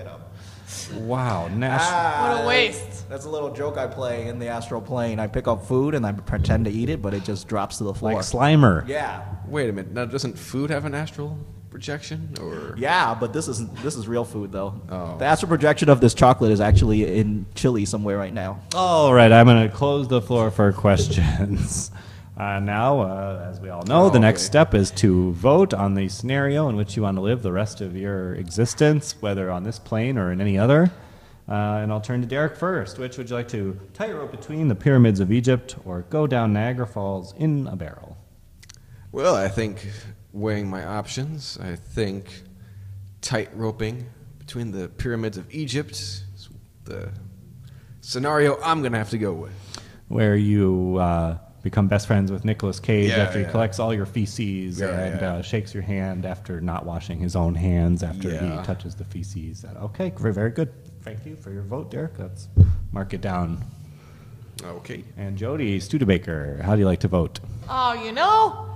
Speaker 3: Wow, Nash.
Speaker 6: what
Speaker 5: a waste.
Speaker 6: That's a little joke I play in the astral plane. I pick up food and I pretend to eat it, but it just drops to the floor.
Speaker 3: Like Slimer.
Speaker 6: Yeah.
Speaker 1: Wait a minute. Now, doesn't food have an astral projection? Or
Speaker 6: Yeah, but this is this is real food though.
Speaker 1: Oh.
Speaker 6: The astral projection of this chocolate is actually in Chile somewhere right now.
Speaker 3: All right, I'm going to close the floor for questions. Uh, now, uh, as we all know,
Speaker 6: Oh,
Speaker 3: the next step is to vote on the scenario in which you want to live the rest of your existence, whether on this plane or in any other. Uh, and I'll turn to Derek first. Which would you like to tightrope between the pyramids of Egypt or go down Niagara Falls in a barrel?
Speaker 1: Well, I think weighing my options, I think tight roping between the pyramids of Egypt is the scenario I'm going to have to go with.
Speaker 3: Where you uh, become best friends with Nicolas Cage
Speaker 1: Yeah,
Speaker 3: after
Speaker 1: yeah.
Speaker 3: he collects all your feces
Speaker 1: Yeah,
Speaker 3: and
Speaker 1: yeah.
Speaker 3: Uh, shakes your hand after not washing his own hands after
Speaker 1: Yeah.
Speaker 3: he touches the feces. Okay, very, very good. Thank you for your vote, Derek. Let's mark it down.
Speaker 1: Okay.
Speaker 3: And Jody Studebaker, how do you like to vote?
Speaker 5: Oh, you know,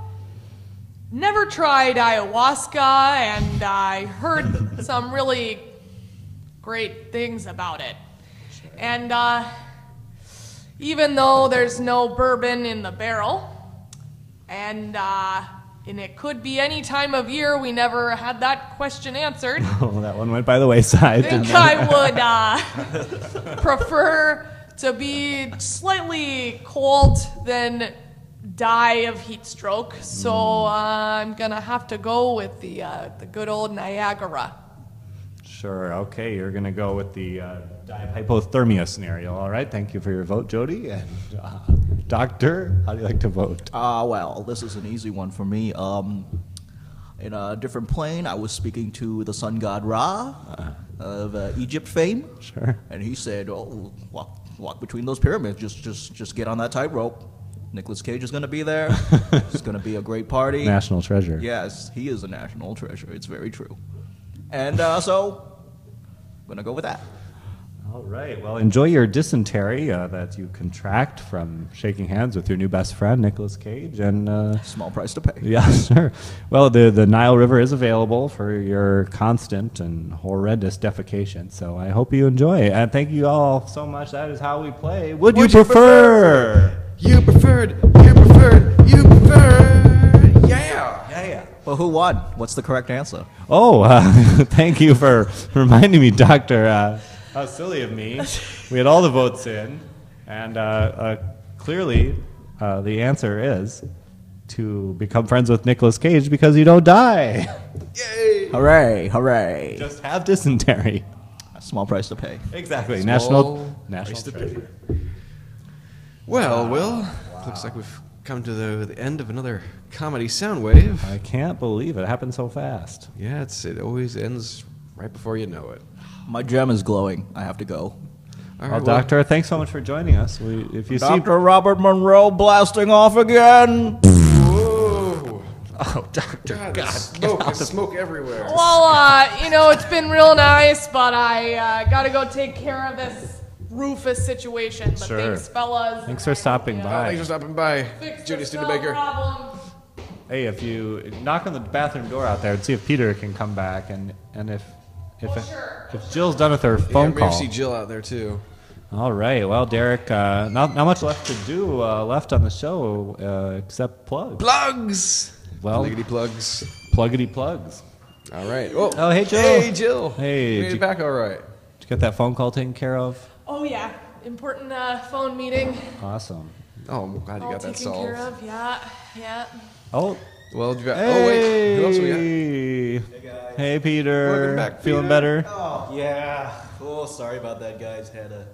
Speaker 5: never tried ayahuasca, and I heard some really great things about it. And uh, even though there's no bourbon in the barrel, and uh, and it could be any time of year, we never had that question answered.
Speaker 3: Oh, that one went by the wayside.
Speaker 5: I think I would uh, prefer to be slightly cold than die of heat stroke. So
Speaker 3: Hmm.
Speaker 5: uh, I'm gonna have to go with the uh, the good old Niagara.
Speaker 3: Sure. Okay, you're going to go with the uh, dive hypothermia scenario. All right. Thank you for your vote, Jody. And uh, Doctor, how do you like to vote?
Speaker 6: Ah, well, this is an easy one for me. Um, in a different plane, I was speaking to the sun god Ra of uh, Egypt fame.
Speaker 3: Sure.
Speaker 6: And he said, "Oh, walk, walk between those pyramids. Just, just, just get on that tightrope." Nicholas Cage is going to be there. it's going to be a great party.
Speaker 3: National treasure.
Speaker 6: Yes, he is a national treasure. It's very true. And uh, so, I'm going to go with that.
Speaker 3: All right. Well, enjoy your dysentery uh, that you contract from shaking hands with your new best friend, Nicolas Cage, and uh,
Speaker 6: small price to pay.
Speaker 3: Yeah, sure. Well, the the Nile River is available for your constant and horrendous defecation. So I hope you enjoy it, and thank you all so much. That is how we play. Would, you, prefer?
Speaker 1: You preferred, you preferred, you preferred. Yeah.
Speaker 3: Yeah, yeah.
Speaker 6: Well, who won? What's the correct answer?
Speaker 3: Oh, uh, thank you for reminding me, Doctor. Uh, How silly of me. we had all the votes in, and uh, uh, clearly uh, the answer is to become friends with Nicolas Cage because you don't die.
Speaker 6: Hooray! Hooray!
Speaker 3: Just have dysentery.
Speaker 6: A small price to pay.
Speaker 3: Exactly.
Speaker 6: Small
Speaker 3: national
Speaker 1: price to
Speaker 3: national treasure. Ah,
Speaker 1: Well, Will, looks like we've come to the, the end of another comedy sound wave.
Speaker 3: I can't believe it happened so fast.
Speaker 1: Yeah, it's, it always ends right before you know it.
Speaker 6: My gem is glowing. I have to go.
Speaker 1: All right,
Speaker 3: well,
Speaker 1: well-
Speaker 3: Doctor, thanks so much for joining us. We, if you see
Speaker 6: Dr. Robert Monroe blasting off again.
Speaker 1: Whoa.
Speaker 15: Oh, doctor,
Speaker 1: God,
Speaker 15: God,
Speaker 1: there's smoke,
Speaker 15: get out
Speaker 1: there's
Speaker 15: of-
Speaker 1: smoke everywhere.
Speaker 5: Well, uh, you know, it's been real nice, but I uh, gotta go take care of this Rufus situation. But
Speaker 3: Sure.
Speaker 5: thanks, fellas.
Speaker 3: Thanks for stopping
Speaker 1: Oh, thanks
Speaker 3: by.
Speaker 1: for stopping by,
Speaker 5: Fix
Speaker 1: Judy
Speaker 5: this
Speaker 1: Studebaker.
Speaker 5: problem.
Speaker 3: Hey, if you knock on the bathroom door out there and see if Peter can come back, and and if if if Jill's done with her phone
Speaker 1: yeah, maybe
Speaker 3: call.
Speaker 1: see Jill out there too.
Speaker 3: All right. Well, Derek, uh, not not much left to do uh, left on the show uh, except plug.
Speaker 1: Plugs.
Speaker 3: Well,
Speaker 1: Pluggity plugs.
Speaker 3: Pluggity plugs.
Speaker 1: All right. Oh,
Speaker 3: Oh, hey Jill.
Speaker 1: Hey Jill.
Speaker 3: Hey.
Speaker 1: You made
Speaker 3: did
Speaker 1: it
Speaker 3: you-
Speaker 1: back all right.
Speaker 3: Did you get that phone call taken care of?
Speaker 5: Oh yeah, important uh, phone meeting.
Speaker 3: Awesome.
Speaker 1: Oh, I'm glad
Speaker 5: All taken care of. Yeah, yeah.
Speaker 3: Oh.
Speaker 1: Well, you got, oh wait,
Speaker 3: hey.
Speaker 1: who else we got?
Speaker 3: Hey, Peter.
Speaker 6: Welcome
Speaker 1: back,
Speaker 3: Feeling
Speaker 6: Peter.
Speaker 3: better?
Speaker 6: Oh yeah. Oh, sorry about that, guys. Had a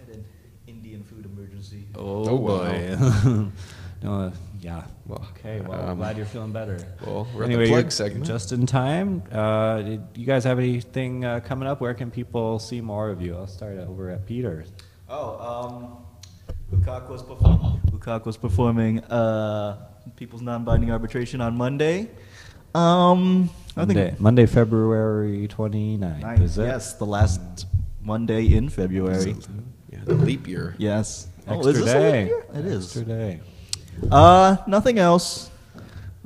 Speaker 6: had an Indian food emergency.
Speaker 3: Oh,
Speaker 1: Oh,
Speaker 3: boy.
Speaker 1: wow.
Speaker 3: no, uh, yeah. okay, well,
Speaker 1: um,
Speaker 3: glad you're feeling better.
Speaker 1: well, we're at the
Speaker 3: anyway,
Speaker 1: plug
Speaker 3: you're
Speaker 1: segment.
Speaker 3: Just in time. Uh, did you guys have anything uh, coming up? Where can people see more of you? I'll start over at Peter.
Speaker 6: Oh, um, Ukak was performing. Ukak was performing uh, People's Non-Binding Arbitration on Monday. Um, I think
Speaker 3: Monday, Monday February 29th.
Speaker 6: Ninth,
Speaker 3: is it?
Speaker 6: yes, the last Monday in February.
Speaker 1: Yeah, the leap year.
Speaker 6: Yes. Oh,
Speaker 3: Extra
Speaker 6: this a leap
Speaker 3: day.
Speaker 6: year? It is.
Speaker 3: Extra day.
Speaker 6: Uh, nothing else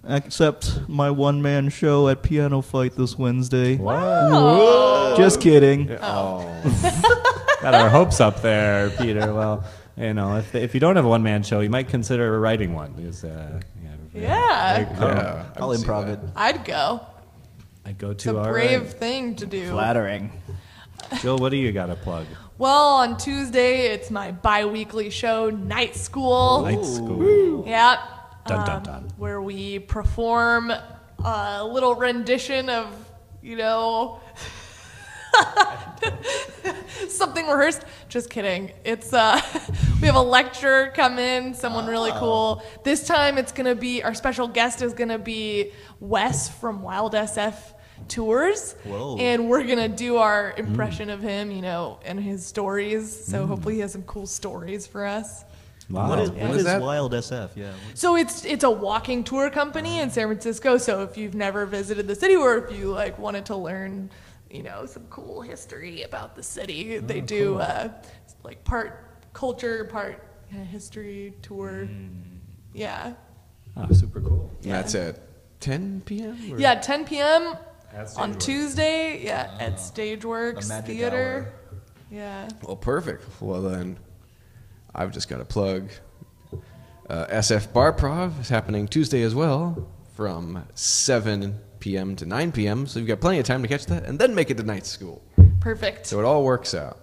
Speaker 6: except my one man show at Piano Fight this Wednesday.
Speaker 5: Wow.
Speaker 6: Just kidding.
Speaker 3: Got our hopes up there, Peter. Well, you know, if, if you don't have a one man show, you might consider writing one. Because, uh,
Speaker 5: Yeah,
Speaker 3: I'd
Speaker 6: Yeah, I'll
Speaker 3: I'd
Speaker 6: improv it.
Speaker 5: I'd go.
Speaker 3: go
Speaker 5: It's a
Speaker 3: to our uh,
Speaker 5: brave thing to do.
Speaker 6: Flattering.
Speaker 3: Jill, what do you got to plug?
Speaker 5: Well, on Tuesday, it's my bi weekly show, Night School.
Speaker 3: Night school.
Speaker 5: Yep.
Speaker 3: Dun, dun,
Speaker 5: Um,
Speaker 3: dun.
Speaker 5: where we perform a little rendition of, you know, something rehearsed. Just kidding. It's uh, we have a lecturer come in, someone really
Speaker 3: Ah.
Speaker 5: cool. This time it's gonna be our special guest is gonna be Wes from Wild SF Tours,
Speaker 6: Whoa.
Speaker 5: and we're gonna do
Speaker 3: Mm.
Speaker 5: our impression of him, you know, and his stories. So hopefully he has some cool stories for us.
Speaker 3: Wow.
Speaker 6: What is,
Speaker 5: Yeah.
Speaker 6: what
Speaker 5: What is
Speaker 6: is
Speaker 5: that?
Speaker 6: Wild SF? Yeah.
Speaker 5: So it's it's a walking tour company in San Francisco. So if you've never visited the city, or if you like wanted to learn, you know, some cool history about the city, they
Speaker 3: Oh,
Speaker 5: do uh, like part culture, part kinda history tour.
Speaker 3: Mm.
Speaker 5: Yeah,
Speaker 3: Oh, super cool.
Speaker 1: And That's at 10 p.m. or-
Speaker 5: yeah. 10 p.m.
Speaker 3: At Uh-huh.
Speaker 5: on
Speaker 3: Stageworks.
Speaker 5: Tuesday. Yeah, at Stageworks
Speaker 6: The magic
Speaker 5: Theater. Yeah.
Speaker 1: Well, perfect. Well, then, I've just got a plug. Uh, SF Bar Prov is happening Tuesday as well from 7 p.m. to 9 p.m., so you've got plenty of time to catch that and then make it to night school.
Speaker 5: Perfect.
Speaker 1: So it all works out.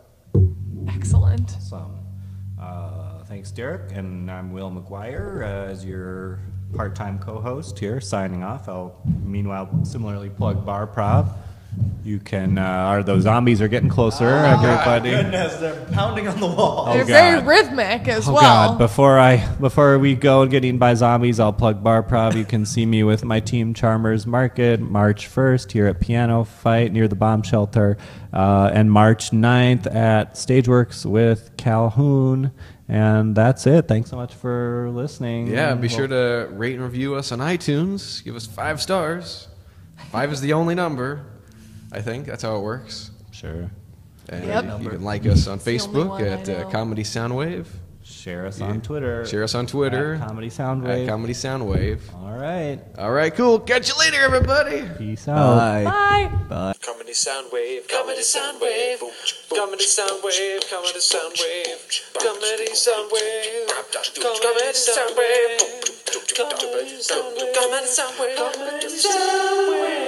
Speaker 5: Excellent.
Speaker 3: Awesome. Uh, thanks, Derek. And I'm Will McGuire uh, as your part time co host here, signing off. I'll meanwhile similarly plug Bar Prov. You can, uh, are those zombies are getting closer, everybody.
Speaker 6: Goodness, they're pounding on the wall.
Speaker 5: They're
Speaker 3: Oh, God.
Speaker 5: very rhythmic as
Speaker 3: Oh
Speaker 5: well.
Speaker 3: God! Before I before we go and get eaten by zombies, I'll plug Bar Prov. You can see me with my team Charmers Market March first here at Piano Fight near the bomb shelter, uh, and March 9th at Stageworks with Calhoun. And that's it. Thanks so much for listening.
Speaker 1: Yeah, be sure to rate and review us on iTunes. Give us five stars. Five is the only number, I think. That's how it works.
Speaker 3: sure
Speaker 1: And
Speaker 5: Yep.
Speaker 1: you can like us on
Speaker 5: the only
Speaker 1: Facebook
Speaker 5: one I
Speaker 1: at uh,
Speaker 5: know.
Speaker 1: Comedy Soundwave.
Speaker 3: share us on Twitter.
Speaker 1: Share us on Twitter
Speaker 3: At Comedy Soundwave.
Speaker 1: at Comedy Soundwave.
Speaker 3: All right.
Speaker 1: All right, cool. Catch you later, everybody.
Speaker 3: Peace out.
Speaker 5: Bye.
Speaker 4: Comedy Soundwave. Comedy Soundwave. Comedy Soundwave. Comedy Soundwave. Comedy Soundwave. Comedy Soundwave. Comedy Soundwave. Comedy Soundwave.